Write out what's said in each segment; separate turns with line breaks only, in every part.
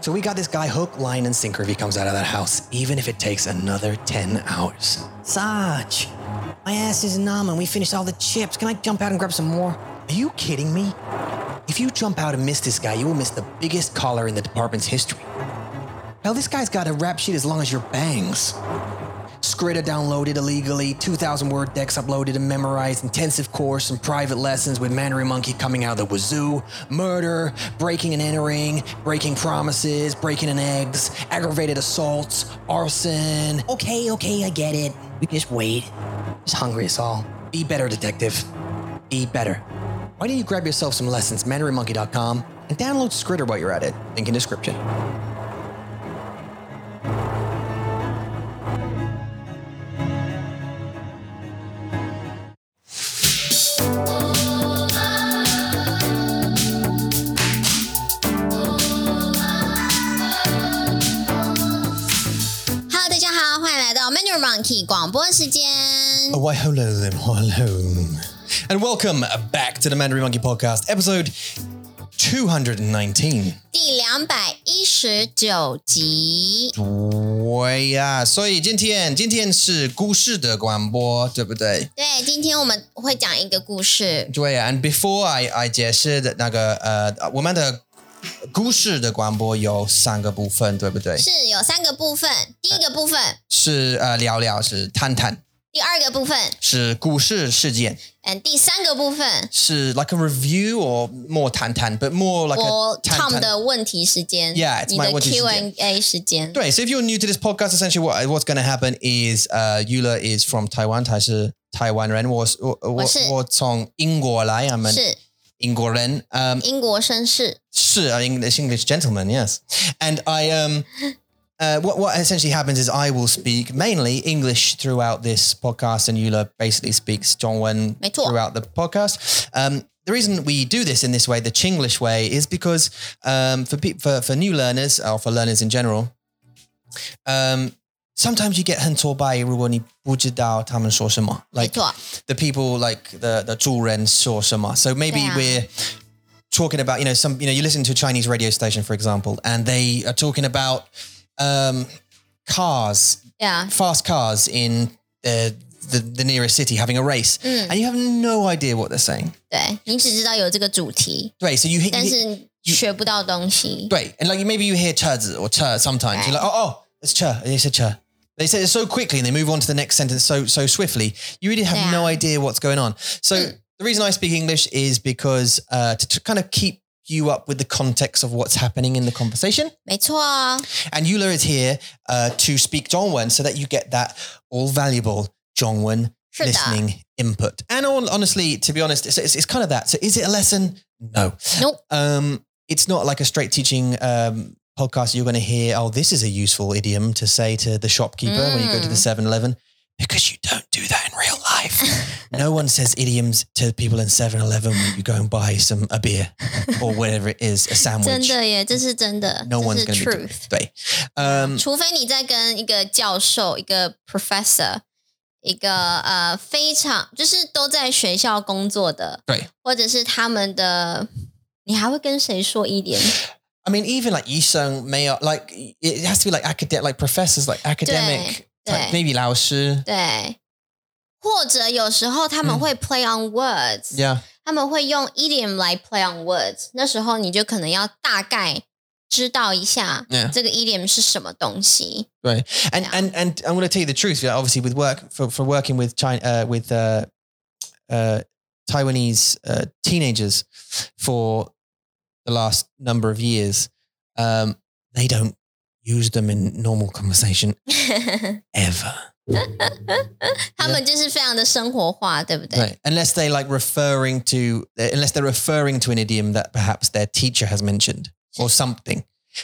So we got this guy hook, line, and sinker if he comes out of that house, even if it takes another 10 hours.
Sarge, my ass is numb and we finished all the chips. Can I jump out and grab some more?
Are you kidding me? If you jump out and miss this guy, you will miss the biggest collar in the department's history. Now, this guy's got a rap sheet as long as your bangs. Scritta downloaded illegally, 2,000 word decks uploaded and memorized, intensive course and private lessons with Mandarin Monkey coming out of the wazoo, murder, breaking and entering, breaking promises, breaking and eggs, aggravated assaults, arson.
Okay, okay, I get it. We just wait. Just hungry as all.
Be better, detective. Be better. Why don't you grab yourself some lessons, mandarinmonkey.com, and download Scritter while you're at it? Link in description.
Hello，大家好，欢迎来到 Manu Monkey 广播时间。
Oh, why hello then, hello. And welcome back to the Mandarin Monkey Podcast, episode 219.
第两百一十九集，
喂呀、所以今天今天是故事的广播，对不对？
对，今天我们会讲一个故事。
对呀、a n d before I I 解释的那个呃，我们的故事的广播有三个部分，对不对？
是有三个部分，第一个部分，
是呃，聊聊是探探，
第二个部分，
是故事事件，
嗯，第三个部分，
是 like a review or more 探探，but more like a
我
探
Tom
探。
的问题时间
Yeah, it's
你的
my 问题时
Q&A 时间。
对，so if you're new to this podcast, essentially what what's going to happen is, uh, Yula is from Taiwan，她是台湾人，我我我
我是
我从英国来，我们
是
英国人，嗯、
英国绅士，
是 an English English gentleman, yes. And I um uh, what what essentially happens is I will speak mainly English throughout this podcast, and Yula basically speaks Dongwen
没错。
throughout the podcast. Um, the reason we do this in this way, the Chinglish way, is because um, for, pe- for for new learners or for learners in general, um, sometimes you get 很挫败，如果你不知道他们说什么。
没
Like
错，
the people like the the 主人说什么. So maybe
Yeah.
we're talking about you know some you know you listen to a Chinese radio station for example, and they are talking about um, cars,
对啊，
fast cars in the the, the nearest city having a race, and you have no idea what they're saying.
对你只知道有这个主题，
Right, so you hit.
但是学不到东西。
Right, and like maybe you hear chuz or chur sometimes. You're like, oh, oh, it's chur. They said chur. They say it so quickly and they move on to the next sentence so so swiftly. You really have
Yeah.
no idea what's going on. So the reason I speak English is because uh, to, to kind of keep you up with the context of what's happening in the conversation.
没错啊，
And Yula is here uh, to speak Dongwen so that you get that all valuable Dongwen
是的，
listening input. And on, honestly, to be honest, it's, it's, it's kind of that. So is it a lesson? No.
Nope.
Um, it's not like a straight teaching um, podcast. You're going to hear, oh, this is a useful idiom to say to the shopkeeper when you go to the
Mm.
7 Eleven. Because you don't do that in real life. no one says idioms to people in 7 Eleven when you go and buy some a beer or whatever it is, a
真
sandwich.
的耶，这是真的
Mm. No
这
one's
是
going to be doing
truth
it.。对。Um,
除非你在跟一个教授、一个 professor、一个呃非常就是都在学校工作的，
对，
或者是他们的，你还会跟谁说一 点？
I mean, even like Yisung Mayo, like it has to be like academic, like professors, like academic, type,
对
maybe Lao Shi.
对，或者有时候他们
嗯
会 play on words，、
Yeah.
他们会用 idiom 来 play on words，那时候你就可能要大概知道一下
Yeah.
这个 idiom 是什么东西。
Right. And,
Yeah.
and, and I'm going to tell you the truth. You know, obviously with work, for, for working with China, uh, with, uh, uh, Taiwanese, uh, teenagers for the last number of years, um, they don't use them in normal conversation ever.
他们就是非常的生活化，对不对？
Right. Unless they like referring to, unless they're referring to an idiom that perhaps their teacher has mentioned or something.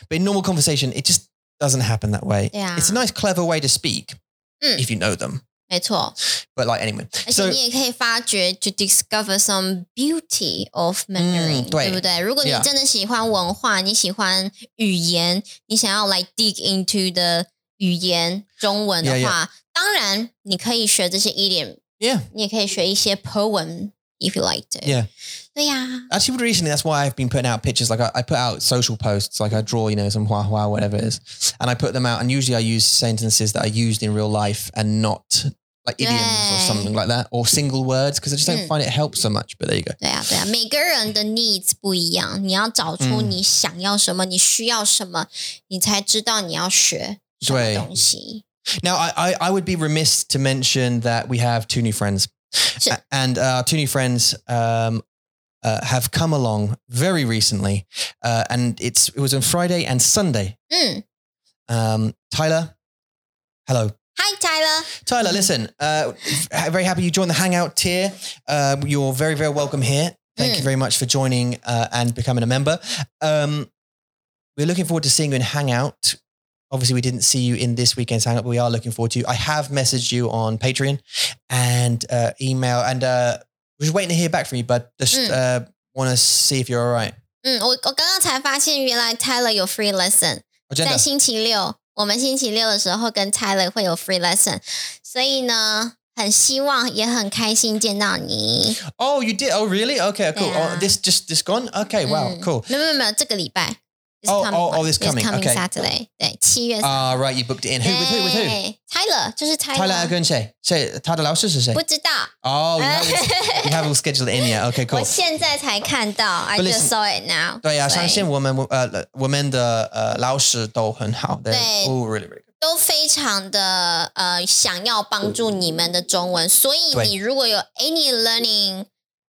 But in normal conversation, it just doesn't happen that way.
Yeah.
It's a nice, clever way to speak
Mm.
if you know them.
没错。
But like anyway,
而且
so
你也可以发掘，to discover some beauty of Mandarin，、
嗯对
对不对？如果你
Yeah
真的喜欢文化你喜欢语言，你想要来 dig into 的语言中文的
Yeah,
话当然你可以学这些 idiom，
yeah,
你也可以学一些 poem if you like to。
Yeah
对对呀、
Actually, recently, that's why I've been putting out pictures. Like I, I put out social posts, like I draw, you know, some hua hua, whatever it is, and I put them out. And usually, I use sentences that I used in real life and not like idioms or
Right.
something like that, or single words, because I just don't
Mm.
find it helps so much. But there you go.
对啊，对啊，每个人的 needs 不一样，你要找出
嗯
你想要什么，你需要什么，你才知道你要学什么
对
东西。
Now, I, I, I would be remiss to mention that we have two new friends.
Sure.
A- And uh, our two new friends um, uh, have come along very recently. Uh, and it's, it was on Friday and Sunday.
嗯
Um, Tyler, hello.
，Hi Tyler，
Tyler, listen, uh, ha- very happy you joined the Hangout tier. Uh, you're very, very welcome here. Thank you
Mm.
very much for joining uh, and becoming a member. Um, we're looking forward to seeing you in Hangout. Obviously, we didn't see you in this weekend's Hangout, but we are looking forward to you. I have messaged you on Patreon and uh, email, and uh, we're just waiting to hear back from you, but just
Mm.
uh, want to see if you're all right.
嗯，我我刚刚才发现，原来 Tyler 有 free lesson，
Oh, Jenna,
在星期六，我们星期六的时候跟 Tyler 会有 free lesson，所以呢，很希望也很开心见到你。
oh, you did? Oh, really? Okay, cool.
Yeah.
Oh, this just this gone? Okay, wow,
嗯
cool.
没有没有没有，这个礼拜。This
Oh,
coming
oh, oh,
one.
this coming, okay.
Saturday，对，七月
Ah, right, you booked it in. Who with who? With who?
对？Tyler 就是 Tyler，,
Tyler Agun Shay. Shay, Tyler Lao Shisha
不知道。
Oh, you have, all, you have all scheduled it in, yeah. Okay, cool.
我现在才看到，I
But
just
listen-
saw it now
对呀、相信我们呃我们的呃老师都很好的，
对
oh really really good.
都非常的呃想要帮助你们的中文，所以
对
你如果有 any learning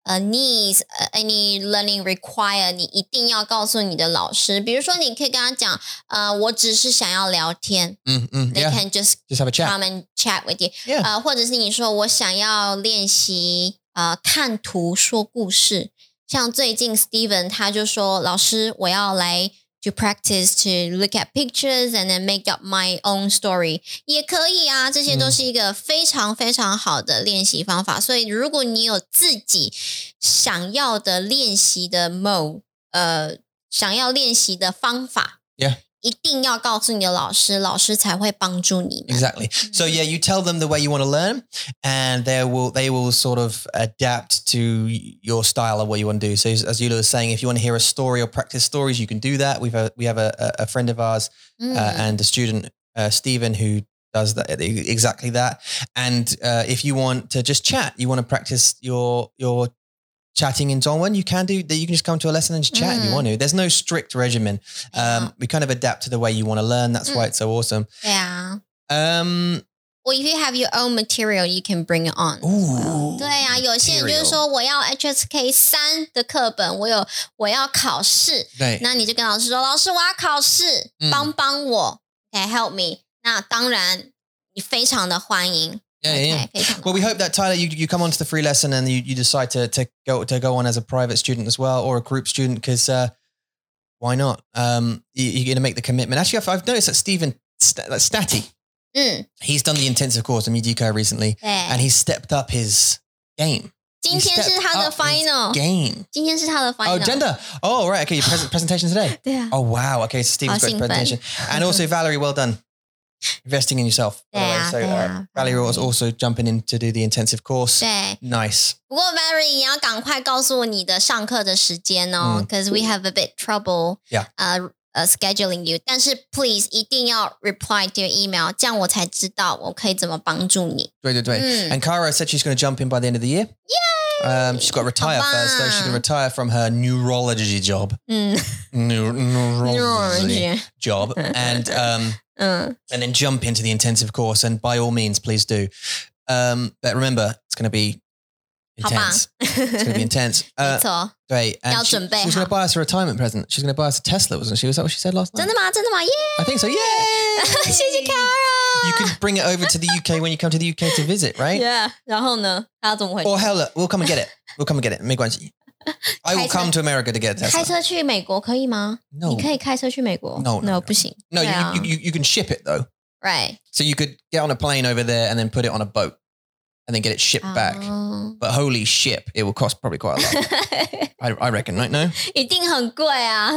呃 needs 呃 any learning require，你一定要告诉你的老师。比如说，你可以跟他讲，呃，我只是想要聊天
嗯嗯
，they
，yeah，
can just
just have a chat，
come and chat with you，
Yeah
呃，或者是你说我想要练习呃看图说故事，像最近 Steven 他就说老师我要来 to practice to look at pictures and then make up my own story 也可以啊，这些都
嗯
是一个非常非常好的练习方法。所以如果你有自己想要的练习的 mode，呃，想要练习的方法。
Yeah
一定要告诉你的老师，老师才会帮助你们。
exactly. So yeah, you tell them the way you want to learn, and they will they will sort of adapt to your style of what you want to do. So as as Yula was saying, if you want to hear a story or practice stories, you can do that. We've a, we have a, a- a friend of ours
嗯。
uh, and a student, uh, Stephen, who does that e-, exactly that. And uh, if you want to just chat, you want to practice your your chatting in Dongwon, you can do that. You can just come to a lesson and just chat if you
Mm.
want to. There's no strict regimen.
Yeah.
Um, we kind of adapt to the way you want to learn. That's why
Mm.
it's so awesome.
对啊。
Um,
Well, if you have your own material, you can bring it on.
ooh,
对啊，有些人就是
material
说我要 HSK 三的课本，我有我要考试，
对
那你就跟老师说，老师我要考试，
嗯
帮帮我，OK help me。那当然，你非常的欢迎
yeah, yeah, yeah.
，OK 非常的
Well, we hope that Tyler, you, you come onto the free lesson and you, you decide to, to go to go on as a private student as well or a group student because uh, why not? Um, you, you're going to make the commitment. Actually, I've, I've noticed that Stephen St- that Statty,
嗯
he's done the intensive course in Udico recently, and
对。
he's stepped up his game.
今天是他
He stepped
的
up his
final，
Game.
今天是他的
Oh,
final。
gender. Oh, right. Okay, your pres- presentation today.
对啊，
Oh, wow. Okay, so Stephen's
Oh,
great
Stephen.
presentation, and also Valerie, well done. Investing in yourself. by the way.
Yeah,
so uh,
yeah.
Valerie was also jumping in to do the intensive course.
对。
Nice.
不过 Mary，你要赶快告诉我你的上课的时间哦
嗯
，because、we have a bit trouble，
Yeah
呃呃、scheduling you。但是 please 一定要 reply to your email，这样我才知道我可以怎么帮助你。
对对对。
Mm.
And Kara said she's going to jump in by the end of the year. Yay! Um, she's got to retire
Come
first, though. She's going
on.
to retire from her neurology job.
嗯
Neu- neurology
，neurology，
job. And, um,
嗯
and then jump into the intensive course. And by all means, please do. Um, but remember, it's going to be
How
intense. It's going to be intense.
没
Uh,
错，
great. And she,
要准备好。
she was going to buy us a retirement present. She's going to buy us a Tesla, wasn't she? Was that what she said last
真
night?
的吗？真的吗？耶、
I think so. Yeah.
谢谢
嗯 You
Kara。
can bring it over to the UK when you come to the UK to visit, right?
Yeah，然后呢？他要怎么回去
Or？Oh, hell, look, we'll come and get it. We'll come and get it. 没关系. I will
Kaiser-
come to America to get a
开
Tesla.
车去美国可以吗？
No,
你可以开车去美国
No, no, no.
不行。
no,
对啊
you, you, you, you can ship it though.
right
So you could get on a plane over there and then put it on a boat and then get it shipped back.
哦
But holy ship, it will cost probably quite a lot. I, I reckon, right? No,
一定很贵啊。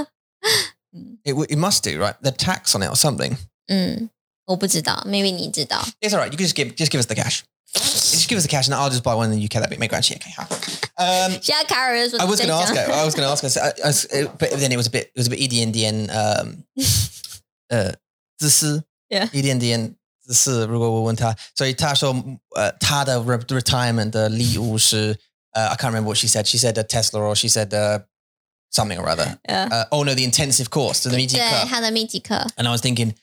it, w- it must do, right? The tax on it or something.
嗯，我不知道，maybe 你知道。
It's all right. You can just give just give us the cash. Just give us the cash, and I'll just buy one in the UK. That big, make grand Okay. ha. Um,
现在凯尔就说
I was
在
gonna
讲
ask. her- I was gonna ask. Her, so I, I was- uh, but then it was a bit. It was a bit E EDNDN. Um, uh, E 自私。
Yeah.
EDNDN 自私。如果我问他，所以他说，呃，他的 uh, re- retirement uh, 的礼物是，呃，I can't remember what she said. She said a Tesla or she said uh, something or other.
Yeah.
Uh, oh no, the intensive course to the
呃对
meeting.
他的密集 课，
And I was thinking,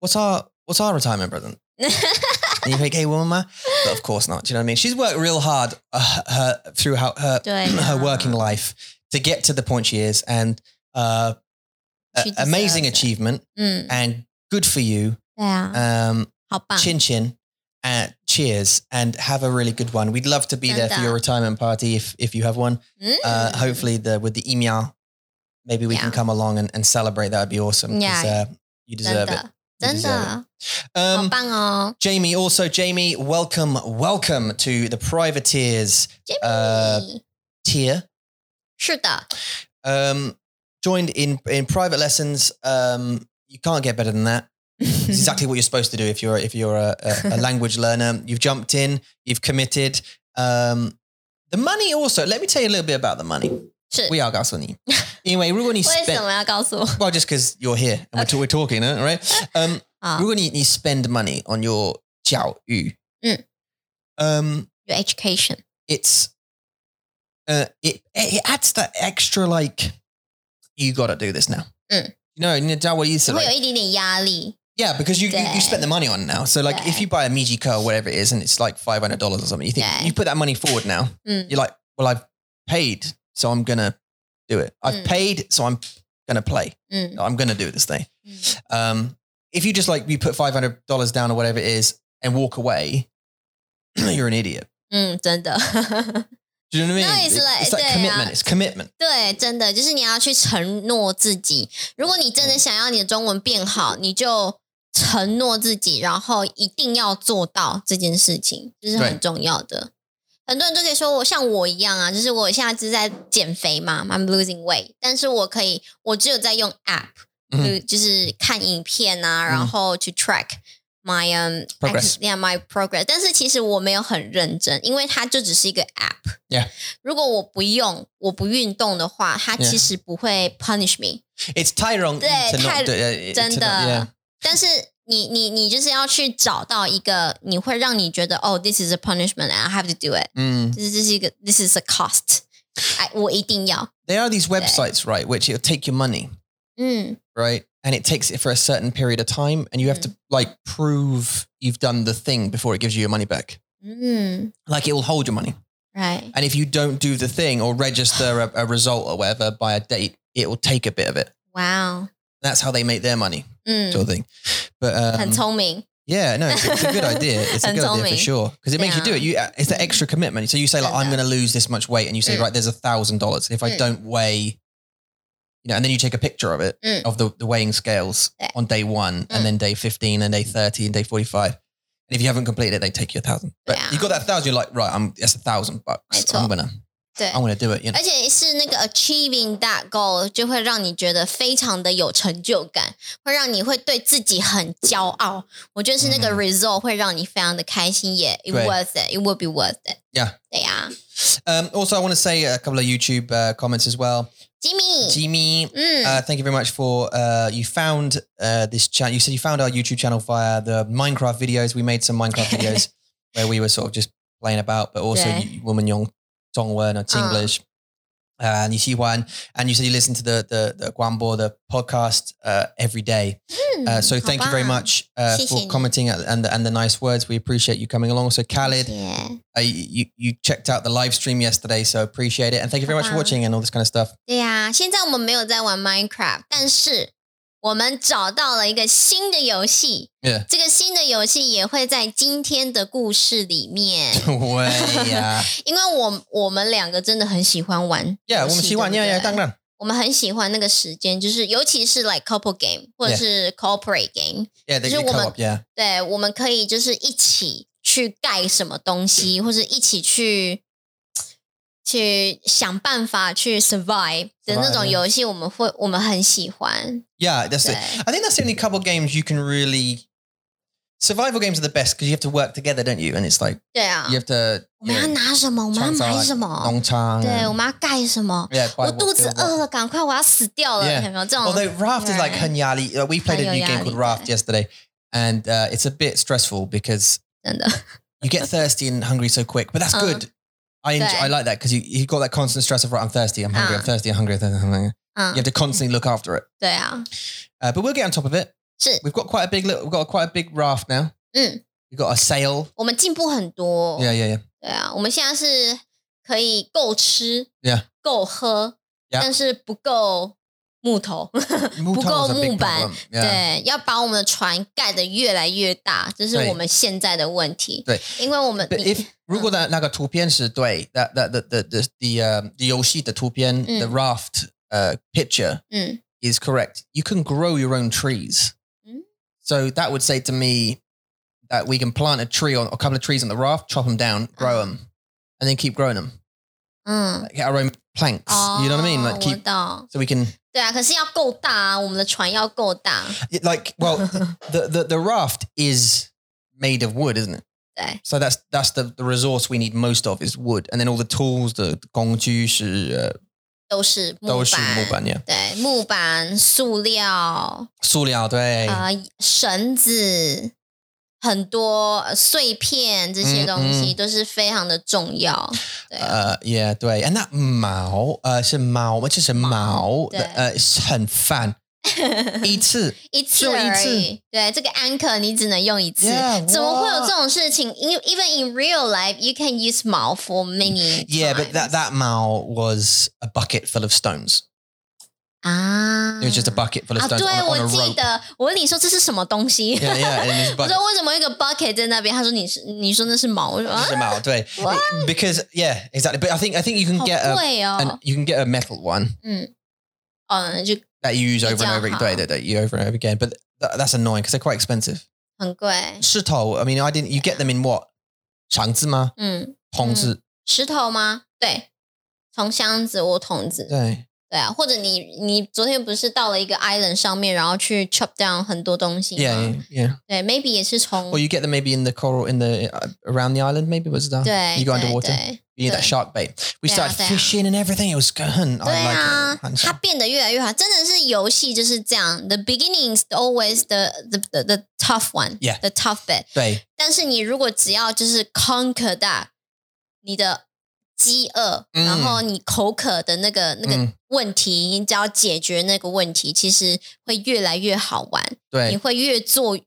what's our what's our retirement present? And you think, hey, woman, ma? But of course not. Do you know what I mean? She's worked real hard uh, her, throughout her
对
her working life to get to the point she is and uh, a-
She deserves
amazing
it. Mm.
achievement
嗯，
and good for you
对啊，
um,
好棒，
chin chin uh, cheers and have a really good one we'd love to be there for
Santa.
your retirement party if, if you have one
嗯
uh, hopefully the, with the email maybe we
Mm. Yeah.
can come along and, and celebrate that would be awesome 'cause,
Yeah. Oh,
uh, you
真
deserve it
的真
deserve
的啊
um,
好棒哦
Jamie, also Jamie, welcome, welcome to the Privateers Uh,
，Jimmy，
tier.
是的，
Um, joined in in private lessons. Um, you can't get better than that. It's exactly what you're supposed to do if you're if you're a, a, a language learner. You've jumped in. You've committed. Um, the money also. Let me tell you a little bit about the money.
是
We are Gasoni. Anyway, we're going to
为什
spend.
么要告诉我？
Well, just because you're here and we're, t- we're talking, huh? right? Um,
啊
we're going to spend money on your 教育.
Mm.
Um,
，Your education，
it's uh it it adds that extra like you got to do this now.
Mm.
You know, and that what you said.
会有
Like,
一点点压力，
yeah, because you, you
Yeah.
you spent the money on it now. So like
Yeah.
if you buy a Miji car or whatever it is and it's like five hundred dollars or something, you think
Yeah.
you put that money forward now.
Mm.
You're like, well, I've paid, so I'm gonna do it. I've
Mm.
paid, so I'm gonna play.
嗯
I'm gonna do this thing.
嗯
Um, if you just like you put five hundred dollars down or whatever it is and walk away, you're an idiot.
嗯，真的。
Do you know what I mean?
No, it's like- uh,
it's that
yeah.
commitment. It's commitment.
对，真的就是你要去承诺自己。如果你真的想要你的中文变好，你就承诺自己，然后一定要做到这件事情，这是很
对
重要的。很多人都可以说我像我一样啊，就是我现在是在减肥嘛，I'm losing weight，但是我可以，我只有在用 app，、
嗯
就就是看影片啊，
嗯
然后去 track my um
Progress
yeah my progress，但是其实我没有很认真，因为它就只是一个 app，如果我不用，我不运动的话，它
Yeah.
其实不会 punish me。
It's Tyrone
对，
to not
太-
do it.
真的。但是你你你就是要去找到一个，你会让你觉得哦、t h i s is a punishment and I have to do it，
Mm.
就是这是一个，this is a cost，哎，我一定要，
There are these websites, right, which it'll take your money,
嗯，
right? And it takes it for a certain period of time and you have
Mm.
to like prove you've done the thing before it gives you your money back.
嗯
Like it will hold your money.
，right，
And if you don't do the thing or register a, a result or whatever by a date, it will take a bit of it.
哇哦，
That's how they make their money,
嗯
sort，of thing. But
很
um,
聪明，
yeah, no, it's, it's a good idea. It's a
And
good
told
idea
me.
for sure because it makes you do it. You, uh, it's the extra commitment. So you say like,
And,
I'm
uh,
going to lose this much weight, and you say,
Mm.
right, there's a thousand dollars. If I
Mm.
don't weigh, you know, and then you take a picture of it
Mm.
of the, the weighing scales
Yeah.
on day one,
Mm.
and then day fifteen, and day thirty, and day forty-five. And if you haven't completed it, they take you a thousand. But
Yeah.
you got that thousand. You're like, right, I'm that's a thousand bucks.
That's all.
I'm gonna,
对。
I'm gonna do it. You know,
而且是那个 achieving that goal 就会让你觉得非常的有成就感，会让你会对自己很骄傲。我觉得是那个
嗯
result 会让你非常的开心，也 it
对
worth it，it will be worth it。
Yeah
对呀、
um, also I want to say a couple of YouTube uh, comments as well.
吉米，
Jimmy,
嗯，
Uh, thank you very much for uh, you found uh, this channel. You said you found our YouTube channel via the Minecraft videos. We made some Minecraft videos where we were sort of just playing about, but also
Yeah.
you- woman young Tongwen or Tinglish. Uh, and you see one, and you said you listen to the the, the Guambo the podcast uh, every day.
嗯
Uh, so
好
thank you very
棒
much uh, for
谢谢你。
commenting and the, and the nice words. We appreciate you coming along. So
谢
Khalid,
谢
uh, you you checked out the live stream yesterday, so appreciate it, and thank you very much for
Bye-bye.
watching and all this kind of stuff.
对呀、现在我们没有在玩 Minecraft，但是我们找到了一个新的游戏。
Yeah.
这个新的游戏也会在今天的故事里面。
Way, uh,
因为我我们两个真的很喜欢玩
Yeah，
游
我
戏
们希望，
对
yeah
不
yeah，
对
当然
我们很喜欢那个时间，就是尤其是 like couple game 或者
Yeah
是 corporate game，
，yeah，they
就是
can
我们
co-op, yeah，
对，我们可以就是一起去盖什么东西，或者一起去去想办法去 survive 的那种
Survive，yeah
游戏，我们会我们很喜欢。
yeah，that's
对
it. I think that's the only couple games you can really Survival games are the best because you have to work together, don't you? And it's like
对啊
you，have to.
我们
you
要
know,
拿什么？我们要
try
买
and
什
sell,
么？
like, Longchang
对，我
and-
们要盖什么？
Yeah, buy
我
what
肚子
they want.
饿了，赶快，我要死掉了，
Yeah.
有没有这种？
Although Raft is like
Right.
Hanyali. Uh, we played a new game called
Hanyali,
Raft
yeah.
yesterday, and uh, it's a bit stressful because
真的，
you get thirsty and hungry so quick, but that's
Uh.
good. I, enjoy,
Good.
I like that because you, you got that constant stress of, right, I'm thirsty, I'm hungry,
Uh.
I'm thirsty, I'm hungry. I'm thirsty, I'm hungry. You
嗯，
have to constantly look after it.
对啊，
Uh, but we'll get on top of it.
是
We've got quite a big, li- we've got quite a big raft now.
Mm.
We've got a sail.
我们进步很多。
Yeah, yeah, yeah.
对啊，我们现在是可以够吃
Yeah.
够喝
Yeah.
但是不够木头。
Mutong
Bugo
is a big
Muban.
problem. Yeah.
对，要把我们的船盖得越来越大，这是
对
我们现在的问题。
对，
因为我们
But
你
if 如果那那个图片是对，那那那那那 the um the 游戏的图片、
嗯
the raft uh picture
嗯
is correct, you can grow your own trees.
嗯
So that would say to me that we can plant a tree on a couple of trees on the raft, chop them down, grow them, and then keep growing them.
嗯，
Like get our own planks.
哦
you know Ah, what I mean? Like
我
keep
懂。
so we can
对啊，可是要够大啊，我们的船要够大。
it- like well the, the the raft is made of wood, isn't it?
对
So that's that's the, the resource we need most of is wood, and then all the tools, the 工具是 uh,
都是木
都是
板。
木板，yeah，
对，木板、塑料、
塑料对，
啊、绳子，很多呃碎片这
嗯
些东西都是非常的重要。对啊，
呃，yeah Uh, 对，and that uh, 毛呃是毛，而且是毛
对
的呃是很烦，一次
一次
就一
而
次
已。对，这个 anchor 你只能用一次
Yeah，
怎么会有
哇
这种事情？In even in real life, you can use 毛 for
Mm
many.
yeah
times
but that that 毛 was a bucket full of stones.
啊
It was
Mm.
just a bucket full of
啊，
stones
对
on, a-
我
on a
记
rope.
得，我问你说这是什么东西？
Yeah yeah and it's a
我
bucket
说为什么有一个 bucket 在那边？他说你是你说那是毛，我说啊
是，毛对
What？Oh,
because yeah exactly but I think I think you can
好
get a
贵
an,
哦，
you can get a metal one
嗯，嗯，就
that you use over and
比较
over
好。
对对对 you over and over again but that, that's annoying because they're quite expensive.
很贵，
石头 I mean I didn't you get them in what 肠子吗？
嗯，
筒子、
石头吗？对，从箱子或桶子，
对。
对啊，或者你你昨天不是到了一个 island 上面，然后去 chop down 很多东西吗
Yeah, yeah, yeah.
对，maybe 也是从
Or you get them maybe in the coral in the uh, around the island. Maybe was that?
对
You go
对
underwater.
对
You need that
Yeah.
shark bait. We
Yeah,
started
yeah.
fishing and everything. It was good. I
对
like
啊
it.，Handsome.
它变得越来越好，真的是游戏就是这样。The beginnings always the the the, the tough one,
Yeah.
the tough bit。
对，
但是你如果只要就是 conquer that，你的饥饿，
嗯
然后你口渴的那个那个
嗯
问题，你只要解决那个问题，其实会越来越好玩。
对，
你会越做，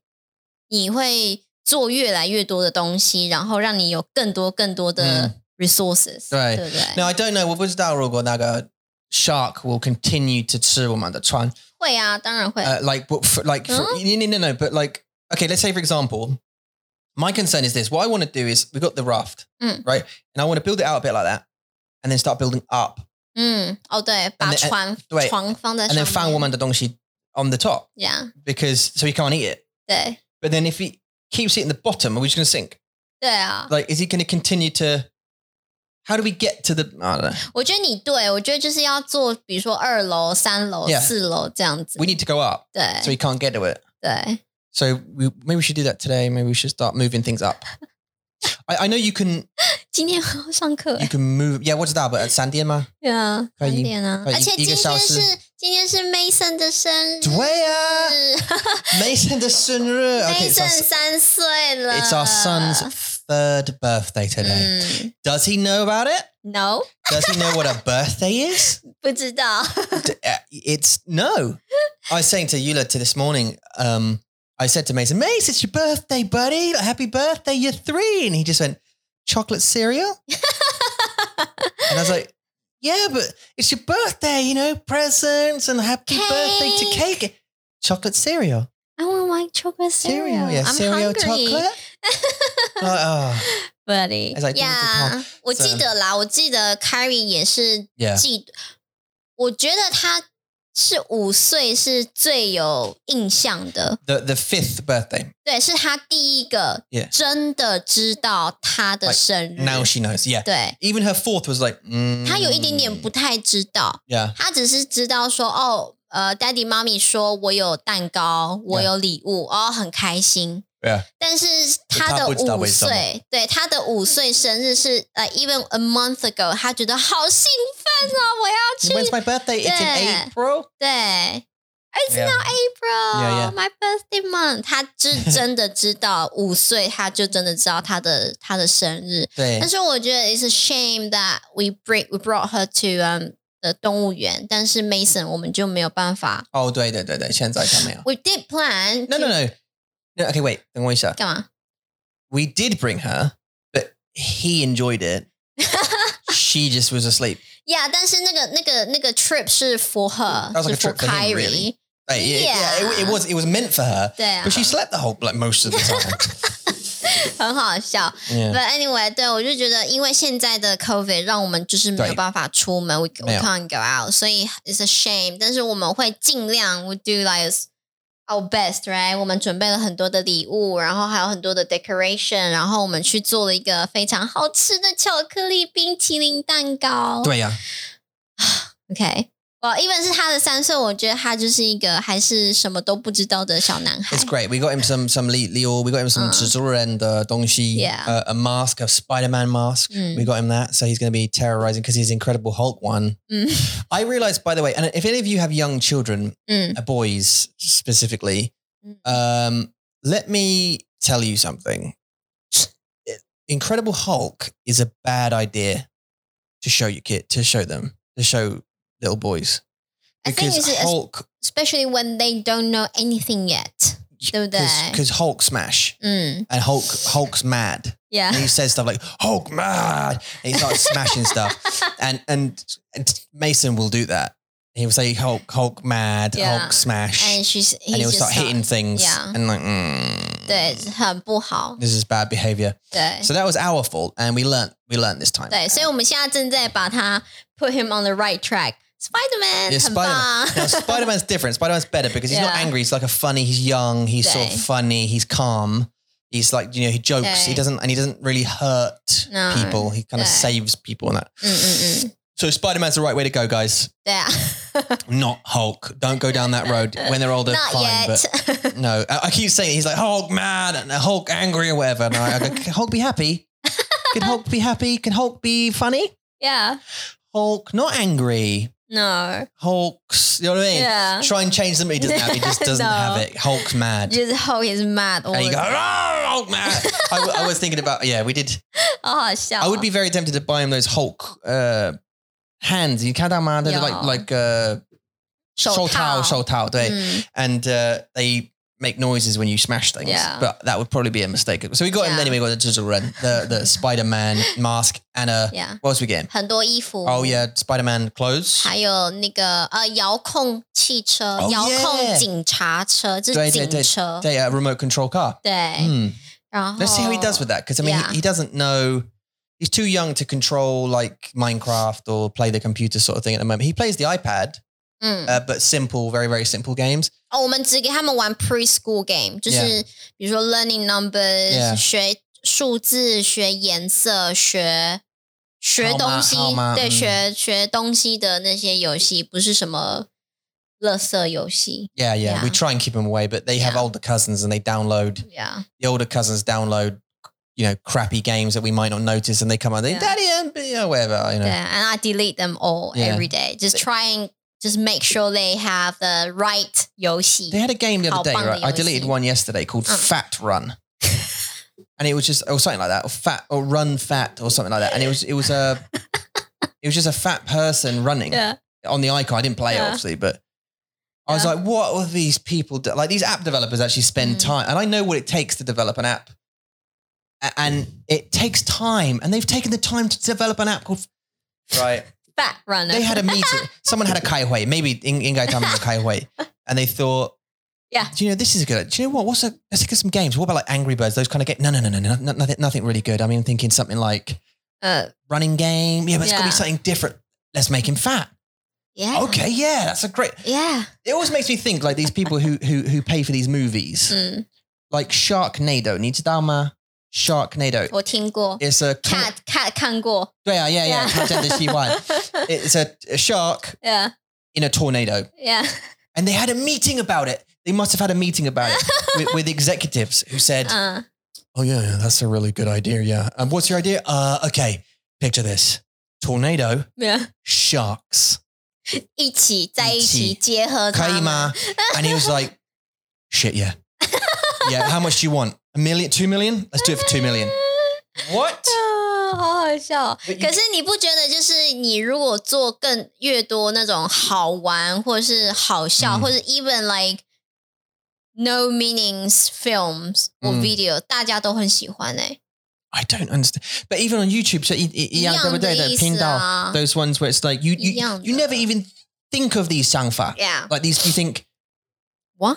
你会做越来越多的东西，然后让你有更多更多的 resources，、
嗯对
对不对？
Now I don't know. 我不知道如果那个 shark will continue to 吃我们的船.
会啊，当然会。
Uh, like, but for, like, for, no, no, no, no. But like, okay, let's say for example, my concern is this. What I want to do is we got the raft,
Mm.
right? And I want to build it out a bit like that, and then start building up,
嗯，哦，对，把
then-
床
呃对
床放在
and then
上面，
放我们的东西 on the top
这样
because so he can't eat it.
对
But then if he keeps it in the bottom, are we just going to sink?
对啊，
Like, is he going to continue to? How do we get to the? I don't know.
我觉得你对，我觉得就是要做，比如说二楼、三楼、
Yeah
四楼这样子
We，need to go up,
对
so he can't get to it.
对，
So we maybe we should do that today. Maybe we should start moving things up. I, I know you can
今天 我要上课
you，can move. Yeah, what's that? But at San Diego,
对啊，
可以
晚点啊，
可以
而且
哎一
今
个
天
小时
是今天是 Mason 的生日。
Dwaya Mason the Sunru. Okay, it's our,
Mason 三岁了
it's our son's third birthday today.
嗯
Does he know about it?
，No，
Does he know what a birthday is?
不知道。
D- uh, it's no. I was saying to Eula to this morning. Um, I said to Mason, Mace, it's your birthday, buddy. Like, happy birthday. You're three. And he just went, chocolate cereal. and I was like, yeah, but it's your birthday, you know, presents and happy birthday to cake. Chocolate cereal.
I want my chocolate
Cereal.
cereal.
Yeah,
I'm
cereal
hungry.
chocolate. Like, oh,
buddy.
As I do with the
yeah，我记得啦，我记得 Carrie 也是
yeah.
记我觉得他是五岁是最有印象的，
The, the fifth birthday.
对，是他第一个
Yeah.
真的知道他的
Like,
生日。
Now she knows. Yeah.
对
Even her fourth was like, mm,
他有一点
嗯
点不太知道，
Yeah.
他只是知道说哦，呃，daddy 妈咪说我有蛋糕，我有礼物，哦，很开心。
Yeah.
但是他
啊他
的
不知道
五
为什么
岁，对他的五岁生日是呃、e v e n a month ago，他觉得好兴奋哦，我要
When's
去。
my birthday? It's
Yeah.
in April.
对，It's
Yeah.
now April,
Yeah, yeah.
my birthday month。他是 真的知道五岁，他就真的知道他的他的生日。
对
但是我觉得 it's a shame that we bring we brought her to um 的动物园，但是 Mason 我们就没有办法。
哦，对对对对，现在还没有。
We did plan.
No, no,
to-
no. No, okay, wait. 等我一下。
干嘛？
We did bring her, but he enjoyed it. she just was asleep.
Yeah，但是那个那个那个 trip 是 for her，
That was
是
like a
for
trip for him,
Kyrie
really.。Like, it- yeah, it, it was it was meant for her,
对啊
but，she slept the whole like most of the time.
很好笑。
yeah.
But anyway，对我就觉得，因为现在的 COVID 让我们就是没有
对
办法出门，we we
没有
can't go out，所以 it's a shame。但是我们会尽量，we do like our best，right？我们准备了很多的礼物，然后还有很多的 decoration，然后我们去做了一个非常好吃的巧克力冰淇淋蛋糕。
对呀、
OK，哇，一本是他的三岁，我觉得他就是一个还是什么都不知道的小男孩
It's。great. We got him some some Li Leo. We got him some
Uh.
Chizuren the Dongshi.
Yeah.
Uh, a mask, a Spider Man mask.
Mm.
We got him that, so he's going to be terrorizing because he's Incredible Hulk one.
嗯
I realized, by the way, and if any of you have young children,
嗯
uh, boys specifically,
嗯
um, let me tell you something. Incredible Hulk is a bad idea to show your kid to show them to show little boys
I think
because
it's- it's-
Hulk
，especially when they don't know anything yet。对不对
because Hulk smash
嗯
and Hulk Hulk's mad
，Yeah
and。he says stuff like Hulk mad and he starts smashing stuff
哎
and, and and Mason will do that. He will say Hulk Hulk mad
Yeah.
Hulk smash
and she's he's
and he'll
just
start hitting things
yeah.
and like mm,
对，很不好，
this is bad behavior
对
so that was our fault and we learnt we learnt this time
对，所以我们现在正在把他 put him on the right track。Spider-Man
Yeah,
很棒
Spider-Man. now, Spider-Man's different Spider-Man's better because he's not
Yeah.
angry he's like a funny he's young he's sort
Okay.
of funny he's calm he's like you know he jokes
Okay.
he doesn't and he doesn't really hurt
No.
people he kind of
Yeah. Mm,
saves people and that
嗯嗯嗯，
so Spider-Man's the right way to go guys
对啊
not Hulk don't go down that road when they're older
，Not
fine but
yet，
No, I, I keep saying he's like Hulk mad and Hulk angry or whatever. And I, I go, can Hulk be happy? Can Hulk be happy? Can Hulk be funny? Hulk not angry.
，Yeah，No，
Hulk's, you know what I mean?
Yeah.
Try and change them, but he doesn't have. it. He just doesn't
No.
have it. Hulk's mad.
就是 Hulk is mad，
and you go,
我
"Ah, Hulk mad. I, w- I was thinking about, yeah, we did.
好好笑哦
I would be very tempted to buy him those Hulk uh, hands. You can't man, they're
Yeah. Mm.
like like uh,
手
towel, show towel, 对
嗯
and uh, they make noises when you smash things.
Yeah.
But that would probably be a mistake. So we got him
Yeah.
anyway. We got the Jizzle Ren, the the Spider Man mask, and a
，Yeah，
what else we get? him?
很多衣服
Oh yeah, Spider Man clothes.
还有那个呃，遥控汽车、
Oh,
遥控
yeah
警察车，这是
对对
警
对
车，
They a remote control car.
对，
Hmm.
然后
Let's see how he does with that. Because I mean,
Yeah.
he, he doesn't know. He's too young to control like Minecraft or play the computer sort of thing at the moment. He plays the iPad,
嗯
uh, but simple, very very simple games.
哦，我们只给他们玩 preschool game，就是比如说 learning numbers，、
Yeah.
学数字、学颜色、学学
号码
东西
号，码
对，
嗯
学学东西的那些游戏，不是什么乐色游戏
Yeah, yeah. We
Yeah.
try and keep him away, but they have
Yeah.
older cousins and they download
，Yeah，
the older cousins download, you know, crappy games that we might not notice, and they come out, they
Yeah.
daddy and you know, whatever, you know.
对，and I delete them all
Yeah.
every day, just trying. Just make sure they have the right 游戏
They。had a game the
How
other day,
fun
right?
the
I deleted
OC.
one yesterday called
Mm.
Fat Run, and it was just or something like that, or fat or run fat or something like that, and it was it was a it was just a fat person running
Yeah.
on the icon. I didn't play it
Yeah.
obviously, but. I was
Yeah.
like, what are these people do? like? These app developers actually spend
Mm.
time, and I know what it takes to develop an app, A- and it takes time, and they've taken the time to develop an app called. Right.
Fat runner，
They had a meeting. Someone had a kai hui, maybe in in Gaitama was a kai hui, and they thought,
Yeah.
do you know this is good? Do you know what? What's a let's get some games. What about like Angry Birds? Those kind of games? No, no, no, no, no, no- nothing, nothing really good. I mean, I'm thinking something like
呃
running game. Yeah, but it's got to
Yeah.
be something different. Let's make him fat.
，Yeah，Yeah，
Okay, yeah, that's a great. It always makes me think like these people who who who pay for these movies,
嗯，
like Sharknado. Nijidama Sharknado.
我听过，
It's a
看看看过
yeah yeah yeah.
Yeah.
看见的希望. It's a, a shark
，Yeah。
in a tornado.
Yeah.
and they had a meeting about it. They must have had a meeting about it with, with executives who said,
嗯
"Oh yeah, yeah, that's a really good idea. Yeah, um, what's your idea? Uh, okay, picture this: tornado,
没有
sharks,
一起在一
一起
起结合他们。
Kaima, and he was like, "Shit, yeah, yeah. How much do you want? A million, two million? Let's do it for two million. What?
啊，好好笑哦！
But you-
可是你不觉得，就是你如果做更越多那种好玩，或者是好笑，
嗯
或者 even like no meanings films or
嗯
video，、大家都很喜欢哎、
I don't understand. But even on YouTube, so E-, 一样的意思啊,
一样的意思啊。
those ones where it's like you you,
一样的。
you never even think of these sangfa.
Yeah,
Like these, you think
why?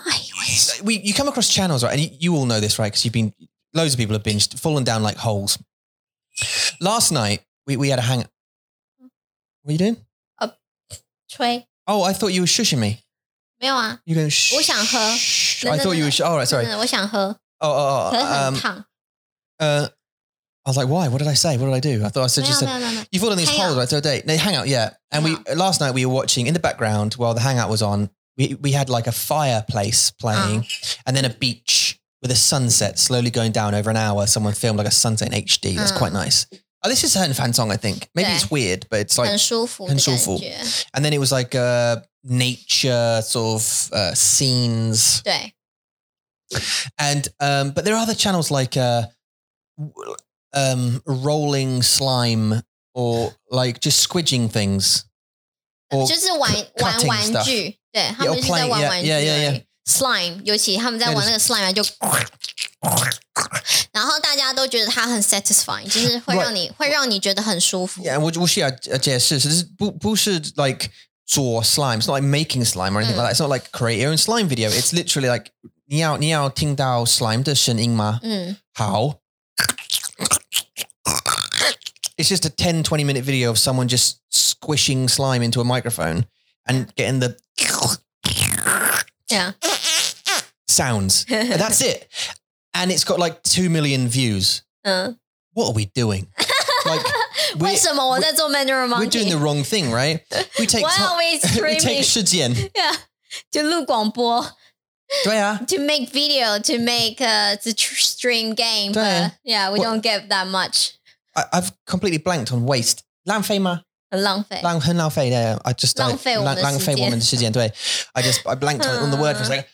we you come across channels right, and you, you all know this right because you've been loads of people have binged, fallen down like holes. Last night we, we had a hang. What are you doing?
吹
Oh, I thought you were shushing me.
没有啊？
You go. Shh.
我想喝。
I
真的，
thought you were. Sh- all right, sorry.
真的我想喝，
Oh, oh,
可是
oh.
很
Um,
烫。
uh, I was like, why? What did I say? What did I do? I thought I said
没有
just.
没
A,
有没有没有，
you fall in these
Hang
holes
out.
right so they they hang out yeah and
Hang
we last night we were watching in the background while the hangout was on we, we had like a fireplace playing
Ah.
and then a beach with a sunset slowly going down over an hour someone filmed like a sunset in hd that's
Ah.
quite nice oh, this is her and fan song i think maybe
Yeah.
it's weird but it's like
很舒服，
很舒服。and then it was like uh nature sort of uh, scenes
对，
and um, but there are other channels like uh, w- um, rolling slime or like just squidging things. Or
就是玩
哦 cutting
玩
stuff
玩具，对他们就是在
playing,
玩
yeah,
玩具
yeah,
而
yeah,
已。Slime，尤其他们在
Yeah,
玩那个 slime 啊就，然后大家都觉得它很 satisfying，就是会
Right.
让你会让你觉得很舒服。
yeah, 我我需要解释，就是不不是 like 做 slime. It's not like making slime or anything like that. It's not like create your own slime video. It's literally like 你要你要听到 slime 的声音吗？
嗯，
How? It's just a 10, 20 minute video of someone just squishing slime into a microphone and getting the
对啊，
sounds. And that's it. And it's got like 2 million views.
嗯，
What are we doing? Like, we're,
为什么我在做 Mandarin
we're doing the
Monkey？
wrong thing, right? We take,
Why are we
we take
streaming？
Shijian.
Yeah，就录广播
Yeah.
，to make video，to make uh to tr- stream game。
对啊
Yeah, we don't get that much，
I, I've completely blanked on waste. 浪费吗？
很浪费。
浪-很浪费, yeah. I just I-
浪费我们的时间。
浪-浪费我们的时间，对。I just I blanked on the word for a second.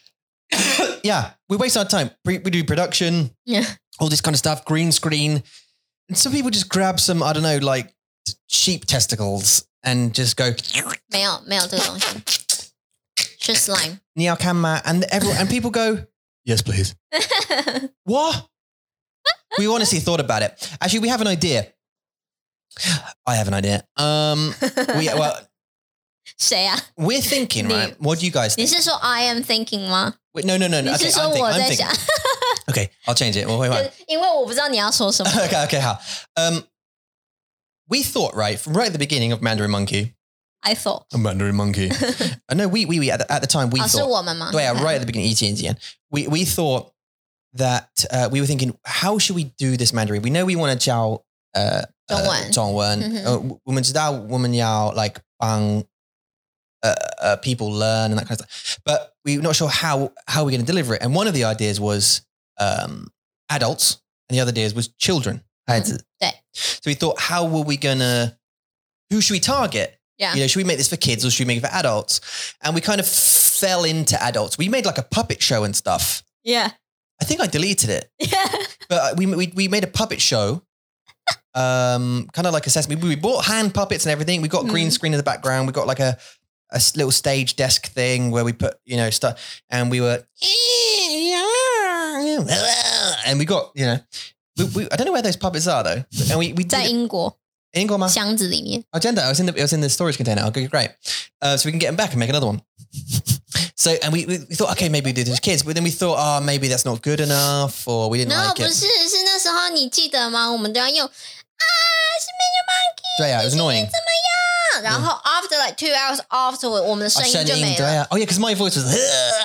yeah, we waste our time. We, we do production,
Yeah.
all this kind of stuff, green screen. And some people just grab some, I don't know, like sheep testicles and just go
没有没有这个 东西，是 slime。
Niao Kanma and everyone and people go, Yes, please. What? We honestly thought about it. Actually, we have an idea. I have an idea. Um we well
谁啊？
we're thinking,
New.
right? What do you guys
你
think?
是说 I am thinking 吗？
Wait, no, no, no,
你
no.
是
Okay,
说
I'm thinking,
我
I'm
在
thinking.
想？
Okay, I'll change it. Well, wait, wait.
就 因为我不知道你要说什么。
okay, okay, how? Um, we thought right from right at the beginning of Mandarin Monkey.
I thought，
Mandarin Monkey. uh, no, we we we at the, at the time 嗯 we
哦，是
thought.
我们吗？
Yeah, right at the beginning, E ET and ETN. We we thought that uh, we were thinking, how should we do this Mandarin? We know we want to chow. Uh,
中文。Mhm.
Zhongwen. like bang. Uh, uh, people learn and that kind of stuff, but we we're not sure how how we're going to deliver it. And one of the ideas was um, adults, and the other ideas was children. 孩子。
Mm-hmm. 对。
So we thought, how were we gonna? Who should we target?
Yeah.
You know, should we make this for kids or should we make it for adults? And we kind of fell into adults. We made like a puppet show and stuff.
Yeah,
I think I deleted it,
yeah.
but uh, we we, we made a puppet show. Um, kind of like a sesame. We bought hand puppets and everything. We got green screen in the background. We got like a a s- little stage desk thing where we put you know stuff, and we were and we got you know. We, we, I don't know where those puppets are though, and we we
在
did
英国
Ingolma.
箱子里面。
agenda. 啊 I was in the it was in the storage container. Okay, great. Uh, so we can get them back and make another one. so and we, we we thought okay maybe we did it as kids, but then we thought oh maybe that's not good enough or we didn't
No，
like
不
it.
是，是那时候你记得吗？我们都要用啊，是
So, yeah, 啊 it was annoying. 嗯
Menu Man，然后 after like two hours after 我们的
I
声
sent
音就
in,
没
so,
了，
yeah. Oh yeah, because my voice was "Ugh,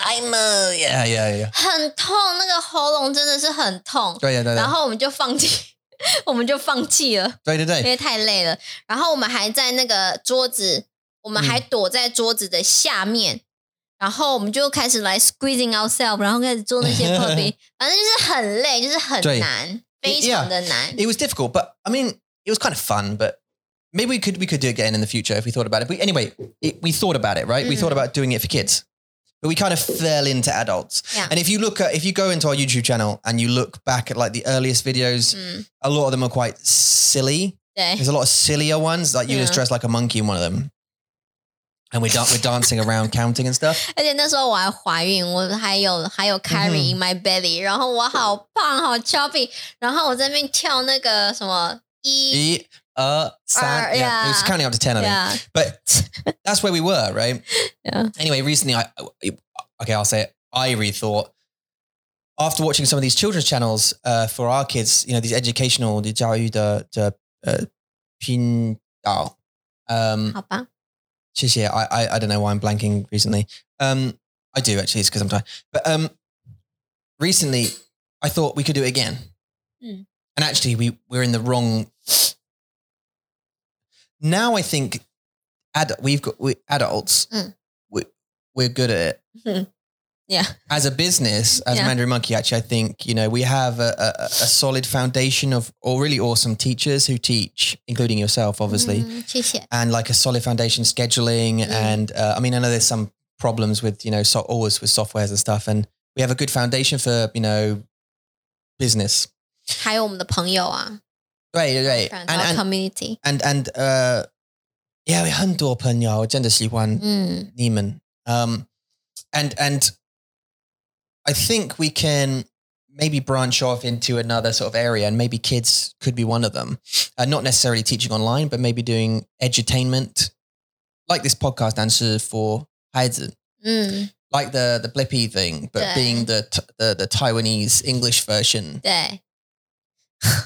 I'm uh, yeah yeah yeah.
很痛，那个喉咙真的是很痛。
对呀啊对
然
呀
后我们就放弃， 我们就放弃了，
对对
因
对，
为太累了。
嗯
然后我们还在那个桌子，我们还躲在桌子的下面，然后我们就开始来 squeezing ourselves，然后开始做那些 puppy，反正就是很累，就是很
对
难，非常的难。
It was difficult, but I mean, it was kind of fun. But maybe we could we could do it again in the future if we thought about it. But anyway, it, we thought about it, right? We thought
Mm.
about doing it for kids, but we kind of fell into adults.
Yeah.
And if you look at if you go into our YouTube channel and you look back at like the earliest videos,
嗯，
a lot of them are quite silly.
对
There's a lot of sillier ones, like you just
Yeah.
dressed like a monkey in one of them. And we're, dan- we're dancing around, counting and stuff.
而且那时候我还怀孕，我还有还
嗯
有 carry in my belly，、然后我好胖好 chubby，然后我在那边跳那个什么一
Eat, uh, sad.
Uh,
yeah. It was
yeah.
counting up to 10, I think.
呀，
But that's where we were, right?
Yeah.
Anyway, recently, I okay, I'll say it. I rethought after watching some of these children's channels uh, for our kids. You know, these educational, the Jiaoyu, the the uh, Pin Dao. Um,
好吧，
谢谢, I, I I don't know why I'm blanking recently. Um, I do actually. It's because I'm tired. But um, recently, I thought we could do it again.
Mm.
And actually, we we're in the wrong. Now I think, ad, we've got we adults.
Mm.
We we're good at it.
Mhm. Yeah.
As a business, as
Yeah.
Mandarin Monkey, actually, I think you know we have a, a, a solid foundation of all really awesome teachers who teach, including yourself, obviously
嗯、谢谢，
and like a solid foundation scheduling
Mm.
and uh, i mean i know there's some problems with you know so always with softwares and stuff and we have a good foundation for you know business
还有我们的朋友啊
right right
，friend
and and
community，
and and uh yeah we hunt open yo gender she one
嗯
neiman um and and i think we can maybe branch off into another sort of area and maybe kids could be one of them uh, not necessarily teaching online but maybe doing edutainment like this podcast answer for Haizi,
嗯，
like the the blippy thing but
Yeah.
being the, t- the the taiwanese english version
对，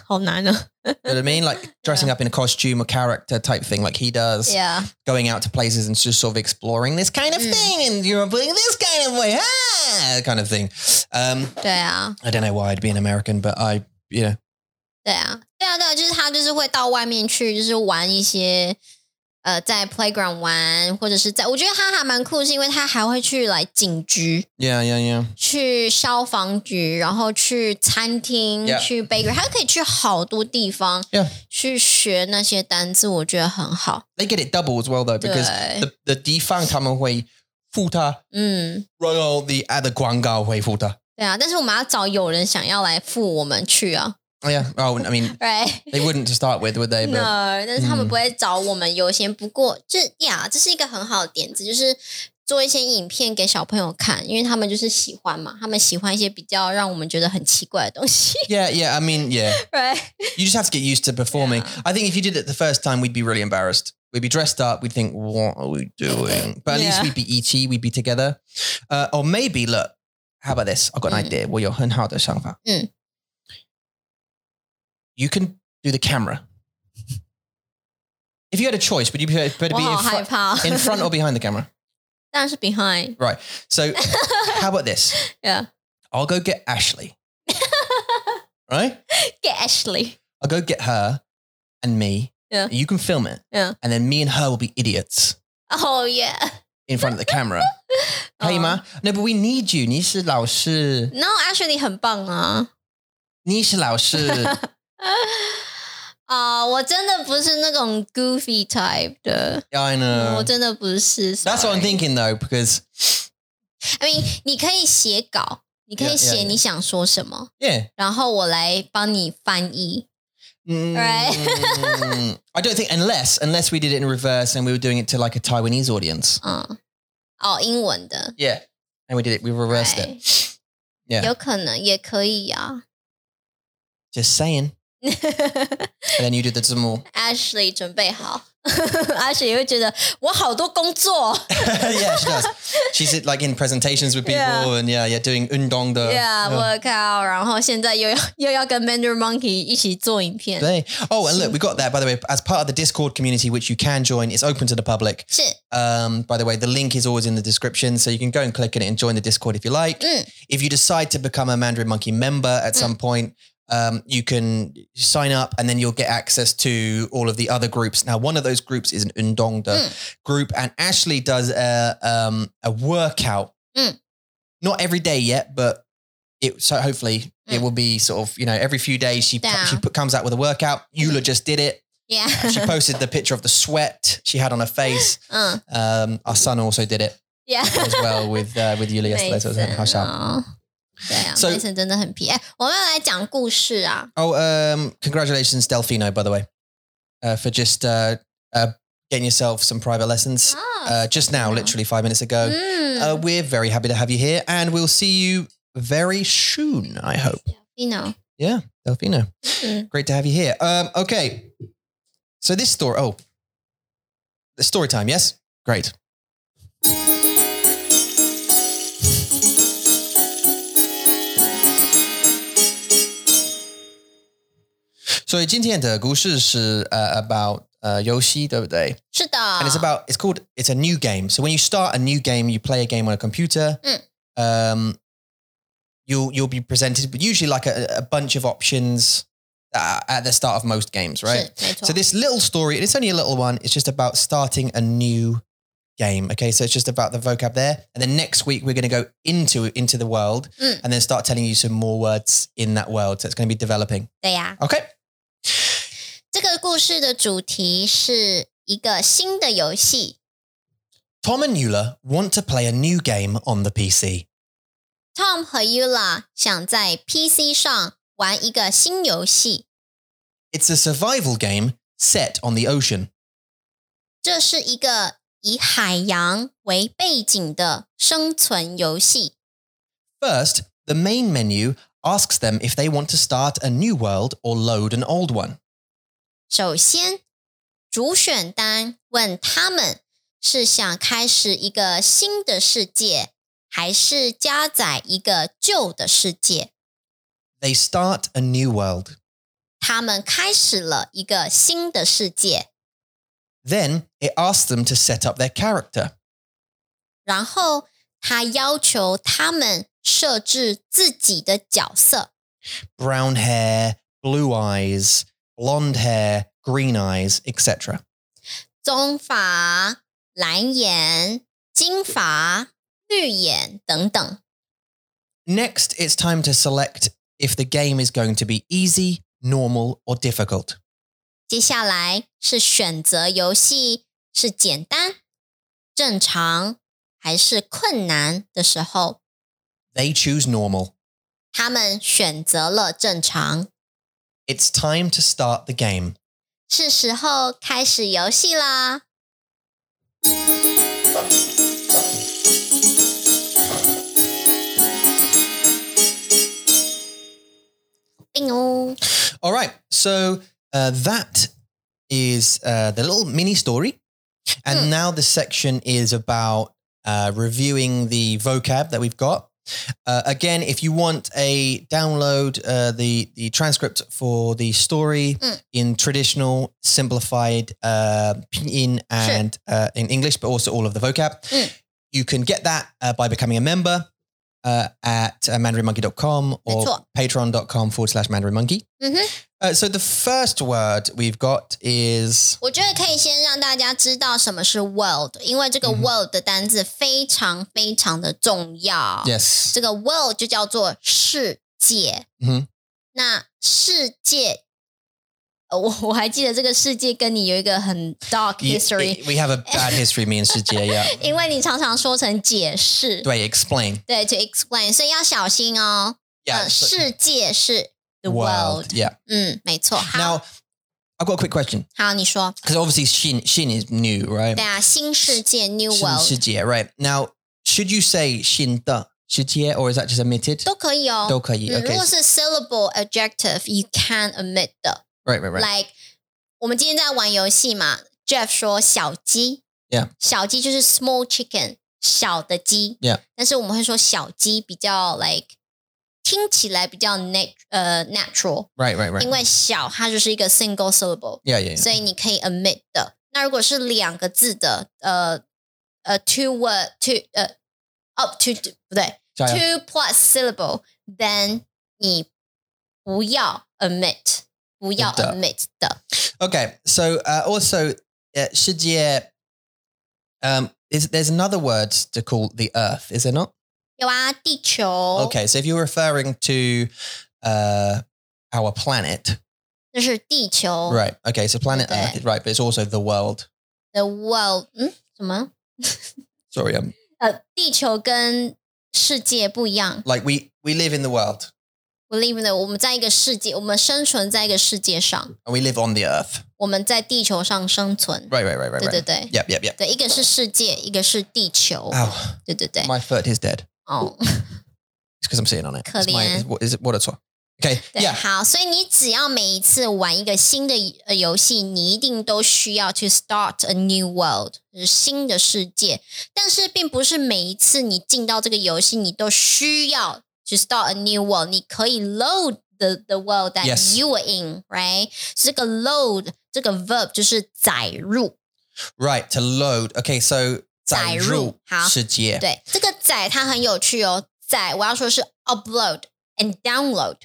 好难啊
you know what i mean like dressing up in a costume or character type thing like he does
，Yeah，
going out to places and just sort of exploring this kind of
Mm.
thing and you're putting this kind of way ah, kind of thing um
对啊，
i don't know why i'd be an american but i you know
对啊，对啊，对啊，就是他就是会到外面去，就是玩一些呃，在 playground 玩，或者是在，我觉得他还蛮酷，是因为他还会去来警局、
yeah yeah yeah
去消防局，然后去餐厅、
Yeah.
去 bakery，他可以去好多地方
Yeah.
去学那些单字，我觉得很好。
they get it double as well though because
对
the the defang tamanhui futa
嗯，
royal the other guangao hui futa
对啊，但是我们要找有人想要来付我们去啊
oh yeah oh i mean
，right？
they wouldn't to start with would they but
no，但是他们
嗯
不会找我们优先。不过，这呀，这是一个很好的点子，就是做一些影片给小朋友看，因为他们就是喜欢嘛，他们喜欢一些比较让我们觉得很奇怪的东西。
yeah yeah i mean yeah
right？
you just have to get used to performing
Yeah.
i think if you did it the first time we'd be really embarrassed we'd be dressed up we'd think what are we doing but at least
Yeah.
we'd be et we'd be together uh, or maybe look how about this i've got an
Mm.
idea well you're hun hao
Mm.
you can do the camera if you had a choice would you prefer prefer to
我
be
好
in,
害
front,
怕。
in front or behind the camera
当然是 behind。
so how about this
Yeah.
i'll go get ashley right
Get Ashley。
I'll go get her and me.
Yeah.
and You can film it.
Yeah.
And then me and her will be idiots
Oh yeah.
in front of the camera. Hey, ma.
Oh.
No, but we need you. 你是老师。
Um, No, Ashley 很棒啊。
你是老师。
啊、我真的不是那种 goofy type 的
Yeah, I know.
我真的不是。
嗯 That's what I'm
sorry
thinking though, because
I mean，你可以写稿，你可以
Yeah, yeah,
写
yeah.
你想说什么
yeah.
然后我来帮你翻译。
Mm,
Right.
I don't think unless unless we did it in reverse and we were doing it to like a Taiwanese audience.
嗯，哦，英文的哎
Yeah. And we did it. We reversed it. Yeah.
有可能也可以啊。
Just saying. And then you did the some more.
Ashley 准备好，Ashley 会觉得我好多工作
yeah, she does. She's like in presentations with people
Yeah.
and yeah, yeah, doing undong the
，Yeah，我靠，然后现在又要又要跟 Mandarin Monkey 一起做影片，
They. Oh, and look, we got that by the way as part of the Discord community, which you can join. It's open to the public.
是
Um, by the way, the link is always in the description, so you can go and click on it and join the Discord if you like.
Mm.
If you decide to become a Mandarin Monkey member at some point, um, you can sign up and then you'll get access to all of the other groups. Now, one of those groups is an Undongda
Mm.
group, and Ashley does a, um, a workout.
Mm.
Not every day yet, but it so hopefully it
Mm.
will be sort of you know every few days she
Yeah.
she put, comes out with a workout. Eula just did it. She
Yeah.
posted the picture of the sweat she had on her face.
嗯，
Um, our son also did it
呀，
as well with uh, with Eula yesterday. So it was like, hush up.
哦对啊，
So-
梅森真的很皮。哎，我们要来讲故事啊。
Oh, um, congratulations, Delfino, by the way, uh, for just uh, uh, getting yourself some private lessons
啊，
uh, just now, literally five minutes ago.
嗯
Uh, we're very happy to have you here, and we'll see you very soon. I hope,
，you know，
Delfino.
Mm.
Great to have you here. Um, okay, so this story. Oh, the story time. Yes, great. So 今天的故事是 uh, about uh 游戏，对不对？
是的。
and it's about it's called it's a new game. So when you start a new game, you play a game on a computer.
Mm.
Um, you'll you'll be presented with usually like a, a bunch of options uh, at the start of most games,
是
right?
没错
So。this little story, and it's only a little one. It's just about starting a new game. Okay, so it's just about the vocab there, and then next week we're going to go into into the world
Mm.
and then start telling you some more words in that world. So it's going to be developing.
对呀，
Okay.
这个故事的主题是一个新的游戏。
Tom and Eula want to play a new game on the PC.
Tom 和 Yula 想在 PC 上玩一个新游戏，
It's a survival game set on the ocean.
这是一个以海洋为背景的生存游戏。
First, the main menu asks them if they want to start a new world or load an old one.
首先，主选单问他们是想开始一个新的世界，还是加载一个旧的世界。
They start a new world.
他们开始了一个新的世界，
Then it asks them to set up their character.
然后他要求他们设置自己的角色，
Brown hair, blue eyes, blonde hair, green eyes, etc.
棕发、蓝眼、金发、绿眼等等。
Next, it's time to select if the game is going to be easy, normal, or difficult.
接下来是选择游戏是简单、正常还是困难的时候，
They choose normal.
他们选择了正常，
It's time to start the game.
是时候开始游戏啦。病哦，
All right. So uh, that is uh, the little mini story. And
Hmm.
now the section is about uh, reviewing the vocab that we've got. Uh, again, if you want a download uh, the the transcript for the story
Hmm.
in traditional, simplified uh, pinyin and uh, in English, but also all of the vocab,
Hmm.
you can get that uh, by becoming a member uh, at uh, mandarinmonkey.com or
That's all.
patreon.com forward slash mandarinmonkey.
Mhm.
Uh, so the first word we've got is
我觉得可以先让大家知道什么是 world，因为这个
嗯哼
world 的单字非常非常的重要。
yes.
这个 world 就叫做世界。
嗯哼
那世界，呃我我还记得这个世界跟你有一个很 dark
Ye-
history，、
we have a bad history, me and Shijie, yeah.
因为你常常说成解释，
Do I explain?
对，to explain，所以要小心哦。
Yeah.
呃，
so-
世界是 Uh, the world，,
world. Yeah.
嗯，没错。好，
Now, I've got a quick question
好，你说，
because obviously Shin Shin is new, right?
对啊，新世界 new
Shin
world
Shijie, right? Now, should you say Shin Da Shijie or is that just omitted?
都可以哦。
都可以,
嗯，如
okay.
果是 syllable adjective，you can omit 的。
Right, right, right.
Like 我们今天在玩游戏嘛，Jeff 说小鸡
Yeah.
小鸡就是 small chicken，小的鸡
Yeah.
但是我们会说小鸡比较 like 听起来比较 nat 呃 natural，、
right, right, right.
因为小它就是一个 single syllable，、
Yeah, yeah. yeah.
所以你可以 omit 的。那如果是两个字的，呃呃 two word two 呃 up to 不对
Jaya.
two plus syllable，then 你不要 admit，不要
的
admit 的。
Okay, so uh, also uh, Shijie, um, is there's another word to call the Earth, is there not?
有啊，地球。
Okay, so if you're referring to uh, our planet,
这是地球。
right? Okay, so planet
Okay.
Earth, is right? But it's also the world.
The world，嗯，什么？
Sorry, um,
呃，地球跟世界不一样。
like we we live in the world
We live in the，我们在一个世界，我们生存在一个世界上，
and we live on the Earth.
我们在地球上生存。
Right, right, right, right,
对对
right.
对。
Yep, yep, yep.
对，一个是世界，一个是地球。
Ow,
对对对，
啊 my foot is dead.
哦，
It's because I'm sitting on it. It's my,
Korean.
is, what is it? What it's for? Okay,
对
yeah.
好，所以你只要每一次玩一个新的呃游戏，你一定都需要去 start a new world，就是新的世界。但是并不是每一次你进到这个游戏，你都需要去 start a new world。你可以 load the the world that
Yes.
you were in，right？这个 load 这个 verb 就是载入，
Right, to load. Okay, so
载入。好。
载入世界。
对，这个载它很有趣哦。载我要说是 upload and download，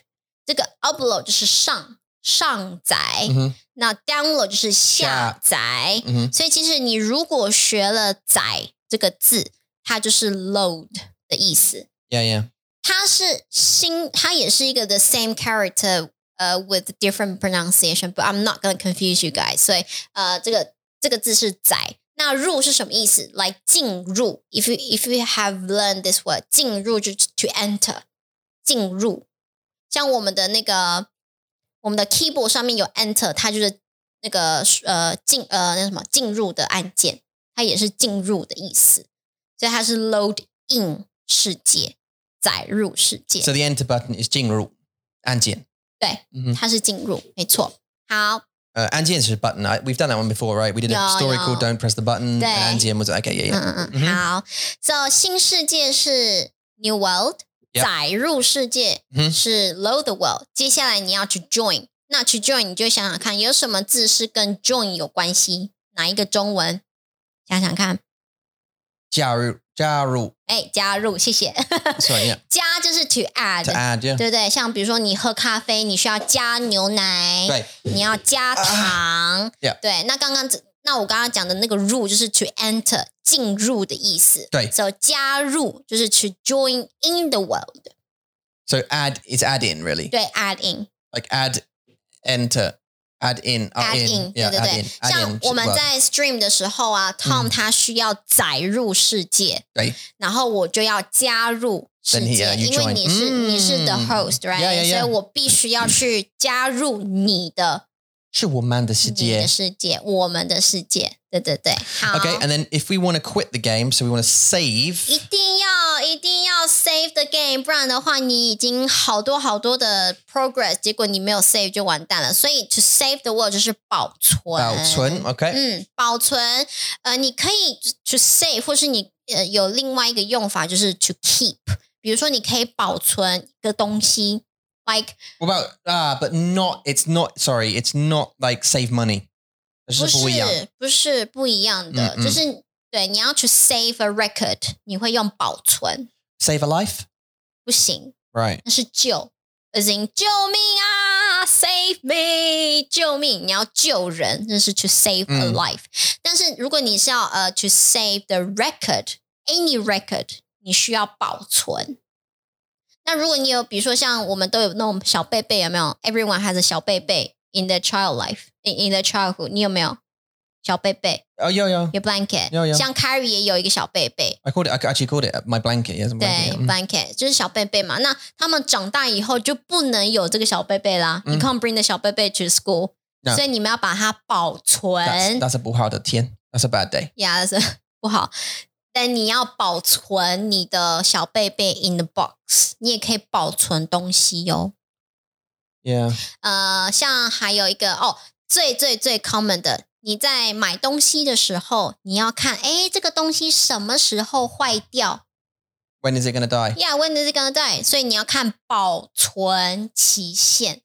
这个 upload 就是上上载，
嗯哼，
那 download 就是下
下
载。
嗯哼。
所以其实你如果学了“载”这个字，它就是 load 的意思。
Yeah, yeah.
它是新，它也是一个 the same character，呃、with different pronunciation，but I'm not gonna confuse you guys。所以呃，这个这个字是载。那入是什么意思？来、进入。If you if you have learned this word，进入就 to enter，进入。像我们的那个我们的 keyboard 上面有 enter，它就是那个呃进呃那什么进入的按键，它也是进入的意思。所以它是 load in 世界，载入世界。
So the enter button is 进入按键。
对，
嗯哼。
它是进入，没错。好，
Uh, 按键 is button. I, we've done that one before, right? We did a
Yeah,
story
yeah.
called "Don't Press the Button."
对。
And 按键 was okay. Yeah,
嗯
yeah.
嗯
嗯哼
嗯，好。So 新世界是 New World，
Yep
载入世界
嗯哼
是 Load the World。接下来你要去 Join，那去 Join 你就想想看，有什么字是跟 Join 有关系？哪一个中文？想想看，
加入加入.
哎，加入，谢谢。
Sorry, yeah.
加就是 to add，
To add, yeah.
对不对？像比如说你喝咖啡，你需要加牛奶，
对，
你要加糖，
啊 Yeah
对。那刚刚这那我刚刚讲的那个入就是 to enter 进入的意思，
对
所、so, 加入就是 to join in the world，
So add is add in really.
对，add in。
Like add, enter, add in, uh,
add in，
Yeah,
对对
add in.
对，
Add
像
in.
我们
well,
在 stream 的时候啊，Tom 他需要载入世界，
对，
然后我就要加入世
Then he-
界，
yeah, you
因为你是
join.
你是 the
嗯 Yeah,
host，right？
yeah,
所
yeah.
以我必须要去加入你的
是
你的
我们的世界。
世界，我们的世界，对对对，好
Okay, and then if we want to quit the game, so we want to save.
一定要一定要 save the game，不然的话，你已经好多好多的 progress，结果你没有 save 就完蛋了。所以 to save the world 就是保存，
保存, okay.
嗯，保存，呃，你可以 to save，或是你呃有另外一个用法就是 to keep，比如说你可以保存一个东西，like
What about ah? But not. It's not. Sorry, it's not like save money.
不
这是不一样。
是不是不一样
嗯
的，
嗯
就是对你要去 save a record，你会用保存，
Save a life.
不行，
Right.
那是救，as in 救命啊，save me，救命！你要救人，那是 to save a
嗯
life。但是如果你是要呃 to save the record，any record，你需要保存。那如果你有，比如说像我们都有那种小贝贝，有没有？Everyone has a 小贝贝 in their child life，in in their childhood，你有没有小贝贝？
Oh, yo, yo.
有 blanket，
有有
像 Carrie 也有一个小贝贝，
I called it. I actually called it my blanket. Yes, my
对
blanket. yeah. mm.
，blanket 就是小贝贝嘛。那他们长大以后就不能有这个小贝贝啦。
嗯
You can't bring the 小贝贝 to school，
No
所以你们要把它保
That's
存
that's a 不好的天. That's a bad day.
呀，是不好。但你要保存你的小贝贝 in the box，你也可以保存东西哟、
Yeah.
呃，像还有一个哦，最最最 common 的，你在买东西的时候，你要看，哎，这个东西什么时候坏掉？
When is it gonna die?
Yeah, when is it gonna die？所以你要看保存期限。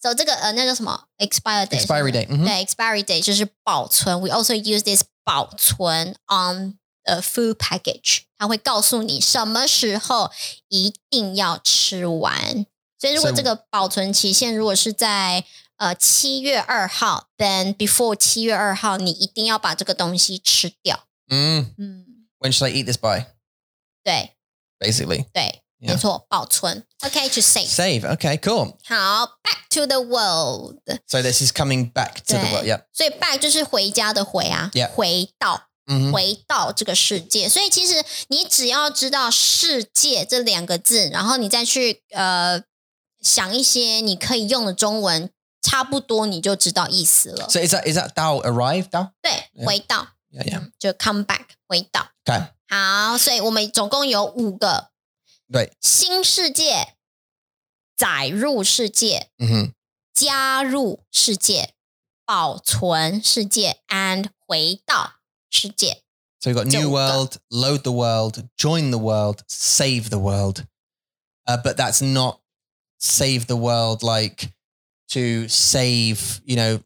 So 这个呃，那叫什么 expire date？是
Expiry
不是
date. mhm.
对，expiry date 就是保存。We also use this 保存 on a food package，它会告诉你什么时候一定要吃完。所以如果
所以
这个保存期限如果是在呃七月二号，then before 七月二号，你一定要把这个东西吃掉。
Mm,
嗯，
when should I eat this by?
对
Basically,
对
Yeah.
没错，保存。OK，to save。
save. Okay, cool.
好，back to the world。
So this is coming back to the
Right.
world. Yep.
所以 back 就是回家的回啊
Yeah.
回到
hmm
回到这个世界。所以其实你只要知道“世界”这两个字，然后你再去呃想一些你可以用的中文，差不多你就知道意思了。
So is that is that Dao arrived? Dao?
对，
Yeah.
回到
Yeah, yeah.
嗯就 come back 回到。
Okay.
好，所以我们总共有五个：
Right.
新世界、载入世界、
hmm
加入世界、保存世界 and 回到世界。
So we've got
So
new
we've got-
world, load the world, join the world, save the world. Uh, but that's not save the world like to save, you know,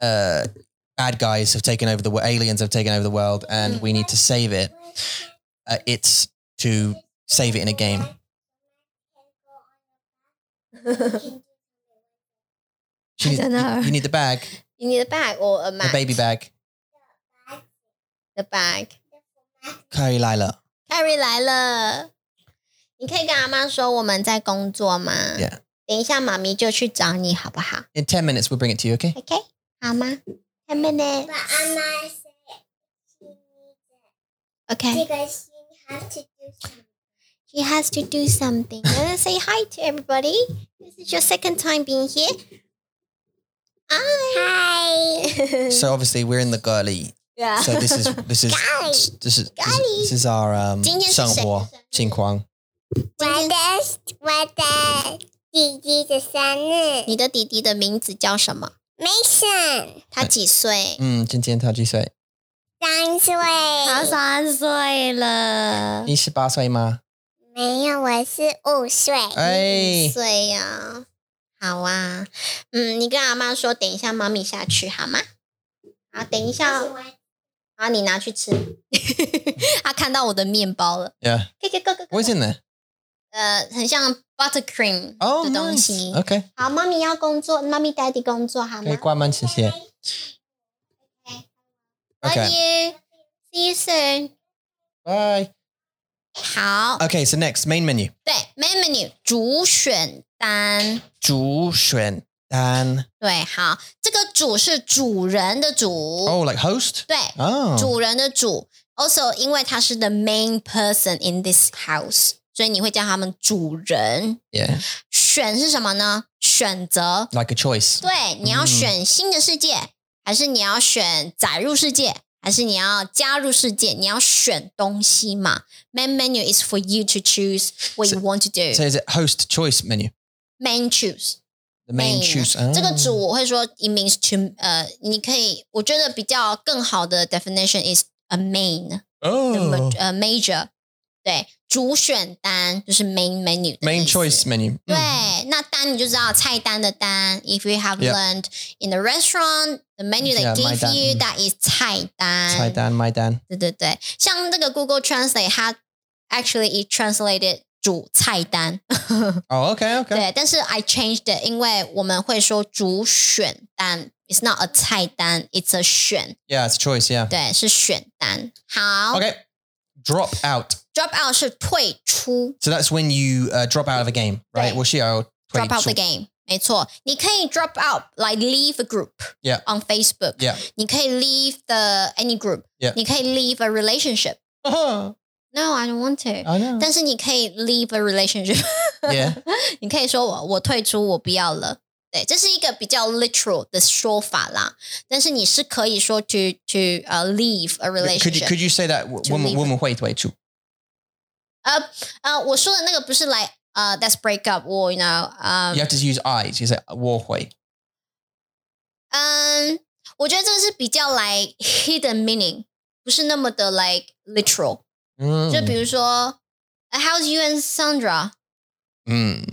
uh, bad guys have taken over the world, aliens have taken over the world, and
Mm.
we need to save it. Uh, it's to save it in a game. She needs-
I don't know.
You need the bag,
You need a bag or a mat?
the baby bag.
The bag.
Carry Lila.
Carrie 来了，你可以跟阿妈说我们在工作吗
Yeah.
等一下妈咪就去找你好不好
In 10 minutes, we'll bring it to you, okay?
？OK，好吗？Ten minutes.
But Amma said she needs it
OK.
because she has to do something.
She has to do something. Let's say hi to everybody. This is your second time being here. Hi. Hi.
So obviously we're in the girly.
yeah.
So this is this is
Golly.
this is this
Golly.
is, this is our um
今天是谁？
生活情况。
我的我的弟弟的生日
你的弟弟的名字叫什么？
，Mason
他几岁？
嗯，今天他几岁？
三岁。
他三岁了。
你十八岁吗？
没有，我是五岁。
哎，
岁呀、好啊，嗯，你跟阿妈说，等一下妈咪下去好吗？好，等一下哦，好，你拿去吃。 他看到我的面包了，
Yeah.
可以可以可以可以可以
What's in there?
呃，很像 buttercream
Oh,
的东
nice.
西。
OK，
好，妈咪要工作，妈咪 daddy 工作好
可以
吗
关门，谢谢。
？Love
OK，
you. See you soon.
bye.
好，
OK, so next main menu
对，main menu 主选单，
主选单。
对，好，这个主是主人的主，
Oh, like host.
对，
Oh.
主人的主。Also，因为他是 the main person in this house，所以你会叫他们主人。
Yeah.
选是什么呢？选择。
Like a choice.
对，你要
嗯
选新的世界，还是你要选载入世界，还是你要加入世界？你要选东西嘛。Main menu is for you to choose what you want to do.
So is it host choice menu?
Main choose.
The main
Main
choose. 哦
这个主我会说 it means to 呃，你可以，我觉得比较更好的 definition is a main。the ma-
Oh.
呃 major，对，主选单就是 main menu 的
Main
意思
choice menu.
对
Mm.，
那单你就知道菜单的单。If you have
Yep.
learned in the restaurant, the menu
Yeah,
that
my
gave
单
you
嗯
that is 菜单。
菜。单买单。
对对对，像那个 Google Translate，它 actually it translated 主菜单。
Oh, okay, okay.
对，但是 I changed it，因为我们会说主选单，it's not a 菜单，it's a 选，
Yeah, it's a choice. Yeah.
对，是选单。好
Okay. Drop out.
drop out 是退出。
So that's when you uh, drop out of a game, right?
Right.
Well, she out.
drop out the game。没错，你可以 drop out 来 leave a group
Yeah.
on Facebook。
Yeah.
你可以 leave the any group。
Yeah.
你可以 leave a relationship。
Oh,
No, I don't want to。
I know.
但是你可以 leave a relationship。
Yeah.
你可以说我我退出，我不要了。对，这是一个比较 literal 的说法啦。但是你是可以说 to to 呃、leave a
Could you
relationship。
could you say that w-
To
woman
leave.
woman wait wait too?
呃呃，我说的那个不是来呃、that's uh, break up or you know um, 呃、
You have to use eyes. You say uh, walk away.
嗯，我觉得这是比较来 hidden meaning，不是那么的 like literal。就比
Mm.
如说、呃 h o w s you and Sandra？
Mm.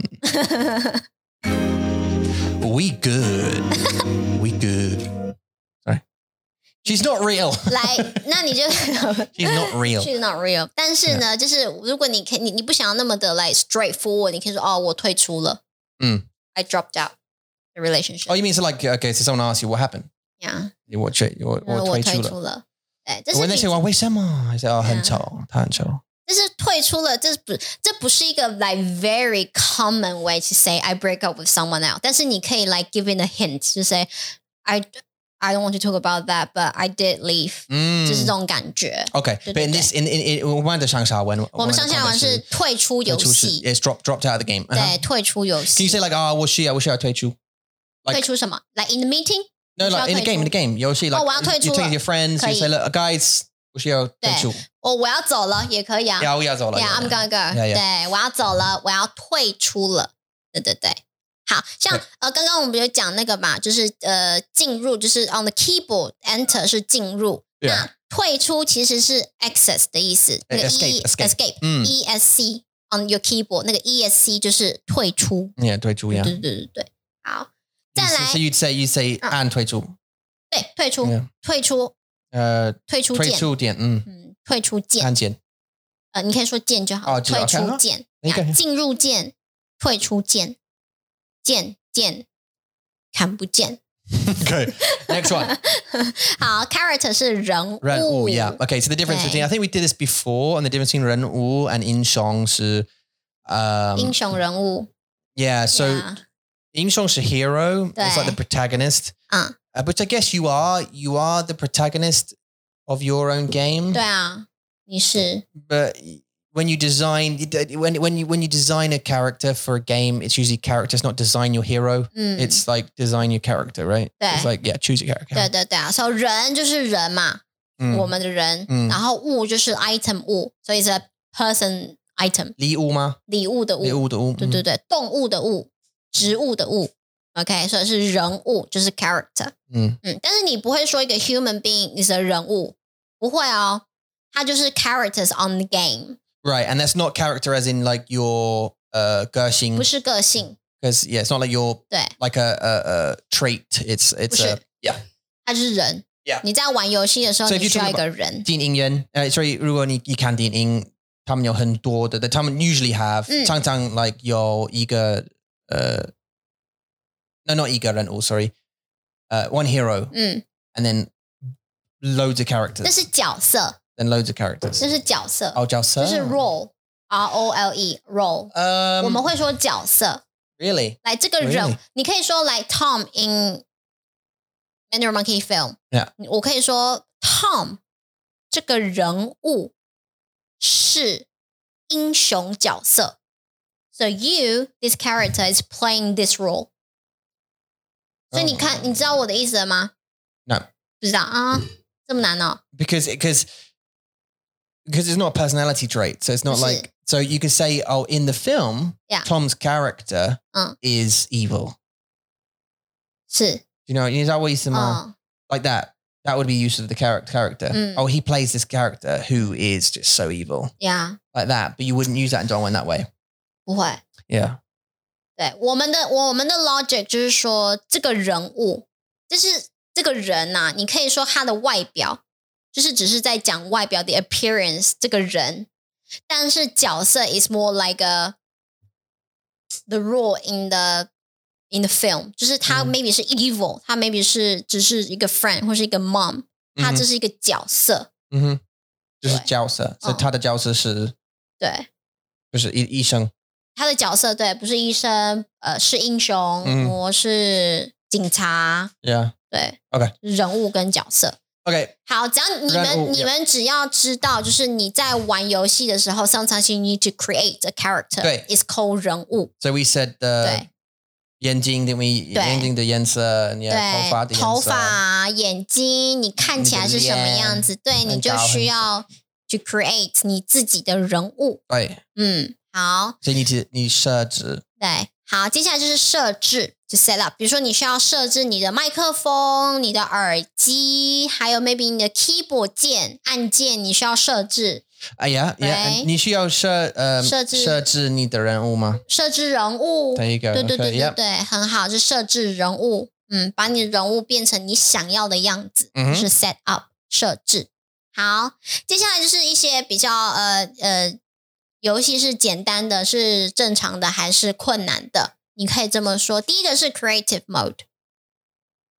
We good. we good. Sorry. She's not real.
来，那你就
She's not real.
She's not real。但是呢，就是如果你可以你你不想要那么的 like straightforward，你可以说哦，我退出了。
Mm.
I dropped out the relationship.
Oh, you mean so like okay? So someone asks you what happened?
yeah，
我退我
然后我
退
退
出了。
出了。对，这
我
是
那些
你
我为什么？还是哦，"Oh, 很
Yeah.
丑，他很丑。
这是退出了，这不这不是一个 like very common way to say I break up with someone else，但是你可以 like give it a hint，就 say I I don't want to talk about that，but I did leave，、
嗯，
就是这种感觉。
OK。
对
But
对
in this in in in 我们的上下文，
我们上下文是退出游戏，嗯
，is dropped dropped out of the game。
对，退出游
Can you
戏
say，like "Oh, 啊，我需要我需要退出
退
like-
出什么？Like in the meeting，
？No,
我需要
like in the
退
game, in
出
the game，游戏 like
哦我要退出
you
了
take your friends,
可
you
以
say like guys，我需要退
对
出，
哦我我要走了也可以啊。
要我要走了。
Yeah, I'm gonna go.
Yeah, yeah.
对，我要走了，我要退出了。对对对，好像
对
呃，刚刚我们有讲那个嘛，就是呃，进入就是 on the keyboard enter 是进入，
对
那
啊
退出其实是 exit 的意思，那
哎
个 e
escape, escape
escape
嗯
e s c on your keyboard 那个 e s c 就是退出。
Yeah，退出
对
呀。
对对对对，好，再
You-
来 Uh。
So you say you say
嗯
按退出，
对，退出
Yeah
退出
呃，
退出
退
键，
出点，嗯，
嗯，退出键，
按键。
呃，你可以说键就好，
哦就
退
OK，
出
好
键，
你可以
啊进入键，退出键，键键看不见。
Okay. Next one.
好，character 是人物，
Ren Wu, yeah. Okay, so the difference
Okay.
between I think we did this before, and the difference between Ren Wu and In Shong is,
英
um,
雄人物。啊
yeah. 嗯 So
yeah
In Shong's a hero. It's like
Yeah.
the protagonist.
Uh.
Uh, which I guess you are. You are the protagonist of your own game.
对啊，你是
But when you design, when when you when you design a character for a game, it's usually characters, not design your hero.
嗯
It's like design your character, Mm. right?
Yeah.
It's like yeah, choose a character.
对对对啊，所以人就是人嘛，
Mm.
我们的人，
嗯
然后物就是 item 物，所以是 person item
礼物吗？
礼物的物，
礼物的物，
对对对，动物的物，植物的物，OK，所以是人物就是 character。
嗯，
嗯，但是你不会说一个 human being is a 人物，不会哦，它就是 characters on the game，
Right, and that's not character as in like your uh 个性
不是个性，
because yeah, it's not like your
对，
like a a, a trait. It's it's a
不是。
yeah.
它就是人。
Yeah.
你在玩游戏的时候，
So if
你
you
需要
talk
一个人。
Uh, 电影院，呃，所以如果你你看电影，他们有很多的，他们 usually have
嗯。
常常 like 有一个呃，no not 一个人物 sorry，呃、uh,，one Uh, hero
嗯，
and then loads of
这
characters
是角色，
then loads of characters
这是角色，
哦，角色
这是 role，R O L E role。
嗯，
我们会说角色，
Um, really
来这个人
Really？，
你可以说来 Tom in Mandarin Monkey Film。
Yeah
我可以说 Tom 这个人物是英雄角色。So you, this character is playing this role. 所以你看，你知道我的意思了吗
No.
不知道啊，这么难哦。
because because because it's not a personality trait. So it's not
Is
like
it?
so you could say, oh, in the film,
Yeah.
Tom's character
Uh.
is evil.
是，
You know, is that what you said, Ma?
嗯
Like that. That would be use of the character character.
Uh. Mm.
Oh, he plays this character who is just so evil.
嗯，Yeah，
Like that. But you wouldn't use that in Dongwen that way.
不会。
Yeah.
对，我们的我们的 logic 就是说，这个人物，就是这个人呐、你可以说他的外表，就是只是在讲外表的 appearance 这个人，但是角色 is more like a the role in the in the film，就是他
嗯
maybe 是 evil，、他 maybe 是只是一个 friend 或是一个 mom，他
嗯
这是一个角色，
Mm-hmm.
对。
就是角色，
哦。对，
所以他的角色是就是医医生。嗯，
他的角色对，不是医生，呃，是英雄，
嗯
我是警察，
Yeah.
对
OK
人物跟角色。
Okay.
好，只要你
人
们
物
你
yeah
们只要知道，就是你在玩游戏的时候，sometimes you need to create a character，
对呃
，is called 人物，
So we said the
对
眼睛，对不对？
对。
眼睛的颜色，你的头发的颜色。
对，头发、眼睛，你看起来是什么样子，对，你就
很高
需要去 create 你自己的人物。
对，
嗯，好，
所以你只你设置，
对，好，接下来就是设置，就 set up。比如说，你需要设置你的麦克风、你的耳机，还有 maybe 你的 keyboard 键按键，你需要设置。
哎呀，
对
呀你需要设呃
设置
设置你的人物吗？
设置人物，
对一个，
对对对
可以
对，对，很好，是设置人物，嗯，把你的人物变成你想要的样子，
嗯哼
就是 set up 设置。好，接下来就是一些比较呃呃，游戏是简单的，是正常的还是困难的？你可以这么说。第一个是 creative mode，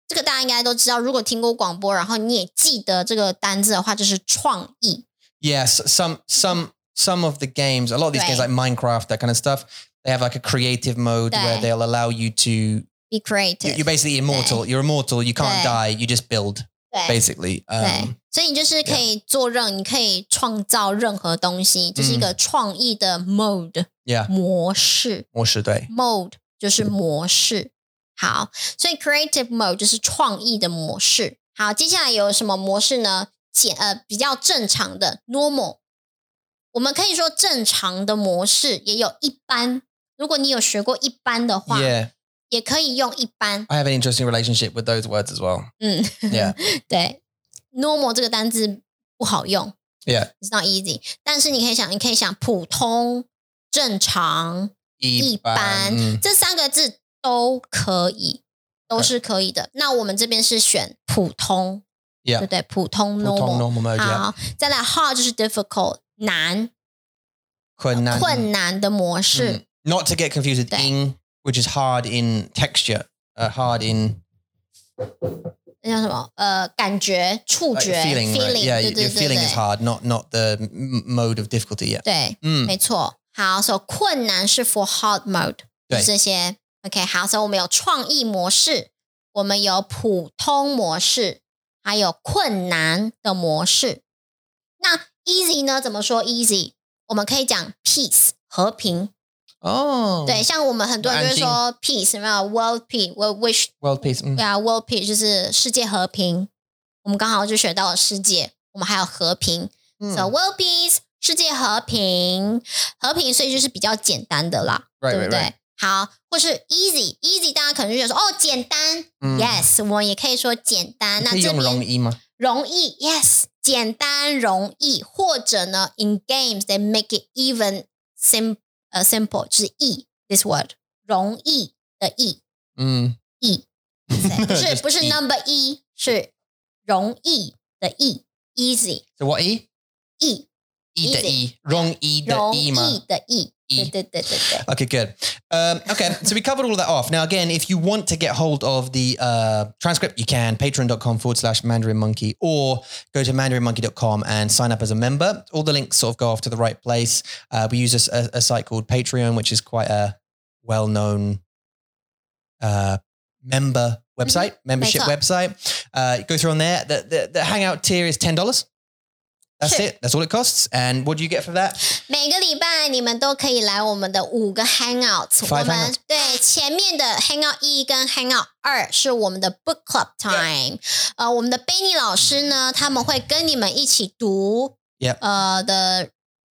这个大家应该都知道。如果听过广播，然后你也记得这个单字的话，就是创意。
Yes, some some some of the games, a lot of these games like
Right.
Minecraft, that kind of stuff, they have like a creative mode where
Right.
they'll allow you to.
Be creative，
You're you're basically immortal. You're immortal. You can't
Right.
die. You just build
对
basically.
对
Um,，
所以你就是可以做任，你可以创造任何东西，这是一个创意的 mode
嗯 yeah,
模式。
模式对。
mode 就是模式。好，所以 creative mode 就是创意的模式。好，接下来有什么模式呢？简呃比较正常的 normal，我们可以说正常的模式，也有一般。如果你有学过一般的话
Yeah,
也可以用一般。
I have an interesting relationship with those words as well.
嗯
Yeah,
对，normal 这个单字不好用
yeah.
，it's not easy。但是你可以想，你可以想普通、正常、一般、
嗯
这三个字都可以，都是可以的。那我们这边是选普通
Yeah
对不对？普通
普通 normal
normal。
mode, yeah.
好，再来 hard 就是 difficult 难
困难。
困难的模式
Mm. Not to get confused with
对。
ing, which is hard in texture, uh, hard in
那叫什么？呃，感觉、触
like,
觉、
feeling. right? 呃 Yeah, your your
对对对
feeling is
对
hard, not not the m- mode of difficulty. Yeah.
对，
Mm.
没错。好，所以困难是 for hard mode，就
对
是这些。OK，好，所以我们有创意模式，我们有普通模式，还有困难的模式。那 easy 呢？怎么说 easy？我们可以讲 peace 和平。
Oh.
对，像我们很多人就是说 peace，有没有 world peace？我 wish
World peace. mm.
对啊，world peace 就是世界和平。我们刚好就学到了世界，我们还有和平。
Mm.
So world peace，世界和平，和平，所以就是比较简单的啦
Right,
对不
right,
对
right.
好，或是 easy，easy 大家可能就觉得说哦，简单、
嗯
y e s 我们也可以说简单。那这边
可以用容易吗？
容易，yes，简单容易，或者呢，in games they make it even sim 呃 simple，就是 e this word 容易的易
Mm.
易，不是
Just
不是
E.
number 一，是容易的易 easy
So what E?
易
E 的 E.
Easy.
Wrong E 的
容
E
易的易，
E
对对对对对。
Okay, good. Um, okay, so we covered all of that off. Now, again, if you want to get hold of the uh, transcript, you can patreon.com forward slash Mandarin Monkey or go to mandarinmonkey.com and sign up as a member. All the links sort of go off to the right place. Uh, we use a s- a, a site called Patreon, which is quite a well known uh, member website, membership
Nice.
website. Uh, go through on there. The, the, the Hangout tier is $10. That's
Sure.
it. That's all it costs. And what do you get for that?
每个礼拜你们都可以来我们的五个 Hangouts，
Five
我们对前面的 Hangout 一跟 Hangout 二是我们的 Book Club Time，呃，我们的 Benny 老师呢，他们会跟你们一起读
嗯 Yep
呃的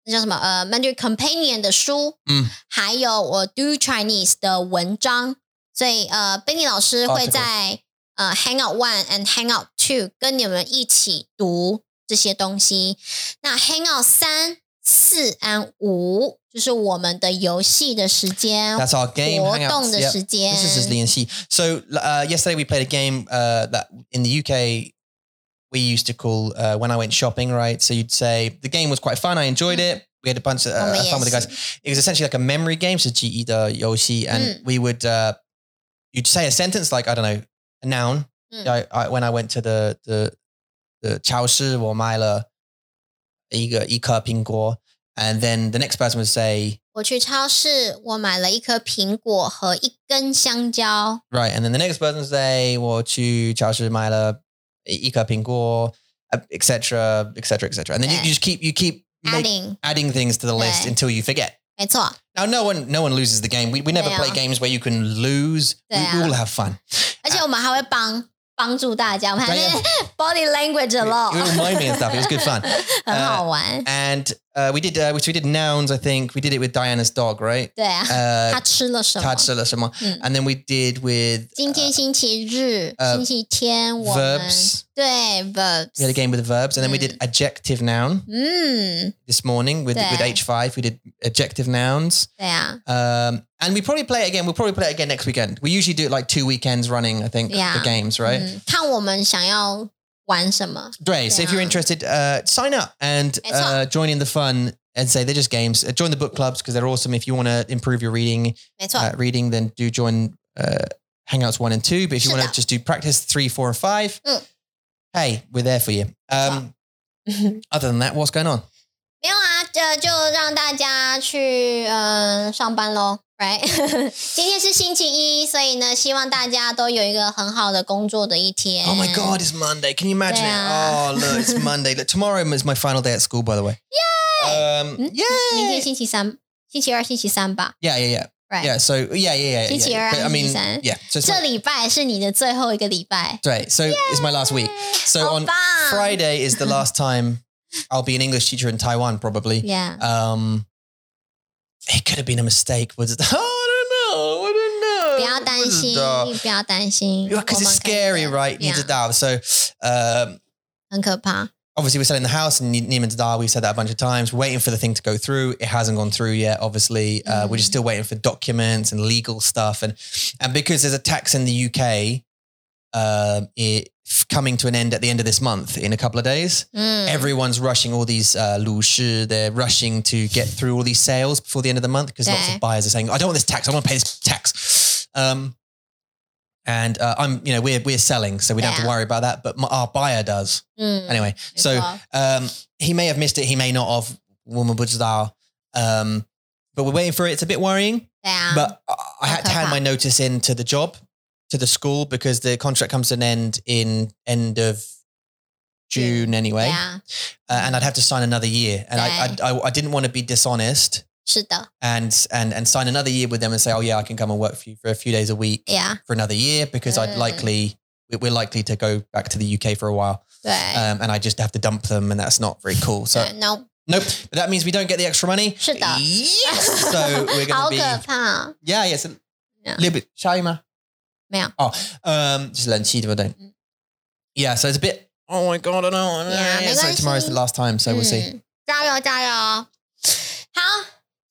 那叫什么呃 Mandarin Companion 的书，
嗯，
还有我 Do Chinese 的文章，所以呃，Benny 老师
哦
会
这个
在、呃 Hangout One and Hangout Two 跟你们一起读这些东西。那 Hangout 三、四 and 五就是我们的游戏的时间，
That's our game.
活
Hangouts.
动的
Yep.
时间。
This is just Lee and Xi. So uh, yesterday we played a game uh, that in the UK we used to call uh, when I went shopping, right? So you'd say the game was quite fun. I enjoyed it. We had a bunch of uh,
Oh,
fun with the
yes.
guys. It was essentially like a memory game. So E GE the Yoshi,
Mm.
and we would uh, you'd say a sentence like I don't know a noun.
Mm.
I, I, when I went to the the the 超市，我买了一个一颗苹果 and then the next person would say
我去超市，我买了一颗苹果和一根香蕉。
Right, and then the next person say, "Well, to Charles Myler, Ika Pinguo, etc., etc., etc." And then you,
Yeah.
you just keep you keep make-
adding，
adding things to the list
Yeah.
until you forget.
没错，
Now, no one no one loses the game. We, we never
Yeah.
play games where you can lose. We, we
Yeah.
all have fun.
而且我们还会帮帮助大家，我们还
啊对啊
是 body language a
You, you
lot，
remind me and stuff. It was good fun.
很好玩。
And uh, we did uh, which we did nouns. I think we did it with Diana's dog, right?
对啊，他
Uh,
吃了什么？
touch
嗯
and then we did with uh,
今天星期日，
呃
星期天我们
verbs.
对
We had a
verbs，
game with the verbs, and then we
Hmm.
did adjective noun.
嗯，
this morning with
Yeah.
with H5. We did adjective nouns.
对啊，
Um, and we probably play it again. We'll probably play it again next weekend. We usually do it like two weekends running, I think,
Yeah.
the games, right?
嗯，看我们想要玩什么。
Dre, so if you're
Yeah.
interested, uh, sign up and
It's
uh, join in the fun and say they're just games. Uh, join the book clubs because they're awesome. If you want to improve your reading,
没错，
uh, reading, then do join uh, Hangouts one and two. But if you want to
是的。
just do practice three, four, and five,
Mm.
hey, we're there for you. Um,
没
other than that, what's going on?
有啊，这就让大家去嗯、呃上班喽，right？今 天是星期一，所以呢，希望大家都有一个很好的工作的一天。
Oh my God, it's Monday. Can you imagine
Yeah.
it? Oh, look, it's Monday. Look, tomorrow is my final day at school, by the way. Yay! Um,
嗯明天
yay!
星期三、星期二、星期三吧
Yeah, yeah, yeah.
，right？
Yeah, so, yeah, yeah, yeah. yeah, yeah.
星期二啊，
But, I mean,
星期三。
yeah. So it's
这
my,
礼拜是你的最后一个礼拜，嗯
right, so it's my last week. So
好
on
棒
Friday is the last time I'll be an English teacher in Taiwan, probably.
Yeah.
Um, it could have been a mistake. Was it? Oh, I don't know. I don't know.
不要
嗯
担心，不要担心，
Because 呃
我
it's
们可以
scary,
的
right? Need to
Yeah，
dial. So, um,
很可怕。
obviously, we're selling the house and need to dial. We've said that a bunch of times. We're waiting for the thing to go through. It hasn't gone through yet. Obviously, uh, we're just
Mhm.
still waiting for documents and legal stuff. And and because there's a tax in the UK, um, it coming to an end at the end of this month in a couple of days.
嗯，
everyone's rushing all these uh, 鲁氏, they're rushing to get through all these sales before the end of the month because lots
Yeah.
of buyers are saying, I don't want this tax, I want to pay this tax. Um, and uh, I'm, you know, we're, we're selling, so we don't have to
Yeah. Mm.
worry about that, but my, our buyer does.
嗯，
Anyway,
没
so
错
um, he may have missed it, he may not have, 我们不知道. Um, but we're waiting for it, it's a bit worrying.
对啊，
But I- I had to hand my notice in to the job, to the school, because the contract comes to an end in end of June
对
anyway
啊，
uh, and I'd have to sign another year. And
Right.
I, I, I, I didn't want to be dishonest
是的，
and, and, and sign another year with them and say, oh yeah, I can come and work for you for a few days a week
对啊，
for another year because I'd
Mm.
likely, we- we're likely to go back to the UK for a while.
对
Um, and I just have to dump them and that's not very cool. So
对，no，
nope, but that means we don't get the extra money.
是的。
Yes. So we're going
好
to be,
可怕，啊
yeah, yes. A
Yeah.
little bit shy, ma.
没有。
Oh, um, just learn cheat if I don't.
Mm.
Yeah. So it's a bit, oh my God, I don't know.
Yeah,
so tomorrow's the
没关系。
last time. So we'll see.
嗯加油加油！好，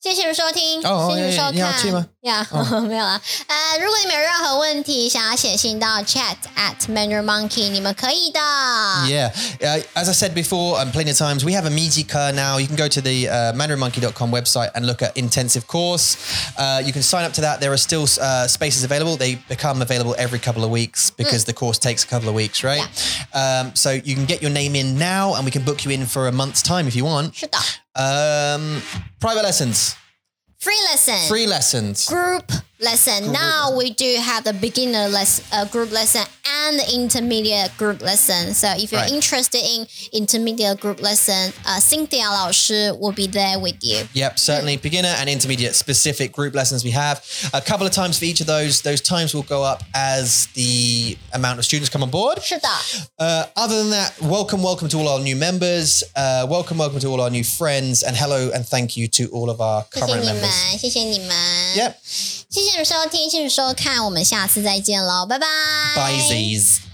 谢谢你们收听，
哦
谢谢你们收看。
你要去吗？
呀、
哦
没有啦。呃，如果你们有任何问题，想要写信到 chat at mandarin monkey，你们可以的。Ah.
Yeah. Uh, as I said before, um, plenty of times, we have a Meiji Cur now. You can go to the uh, mandarinmonkey.com website and look at intensive course. Uh, you can sign up to that. There are still uh, spaces available. They become available every couple of weeks because the course takes a couple of weeks, right? Um, so you can get your name in now and we can book you in for a month's time if you want.
是的
Um, private lessons,
，free lesson。
free lessons.
Group lesson. Now we do have the beginner lesson, uh, group lesson, and the intermediate group lesson. So if you're
Right.
interested in intermediate group lesson, uh, Cynthia 老师 will be there with you.
Yep, certainly beginner and intermediate specific group lessons we have. A couple of times for each of those. Those times will go up as the amount of students come on board.
是的，
Uh, other than that, welcome, welcome to all our new members. Uh, welcome, welcome to all our new friends. And hello and thank you to all of our
谢谢
current
你们
members.，
谢谢你们。
Yep.
谢谢你们收听，谢谢收看，我们下次再见喽，拜拜。
Bye, Z's.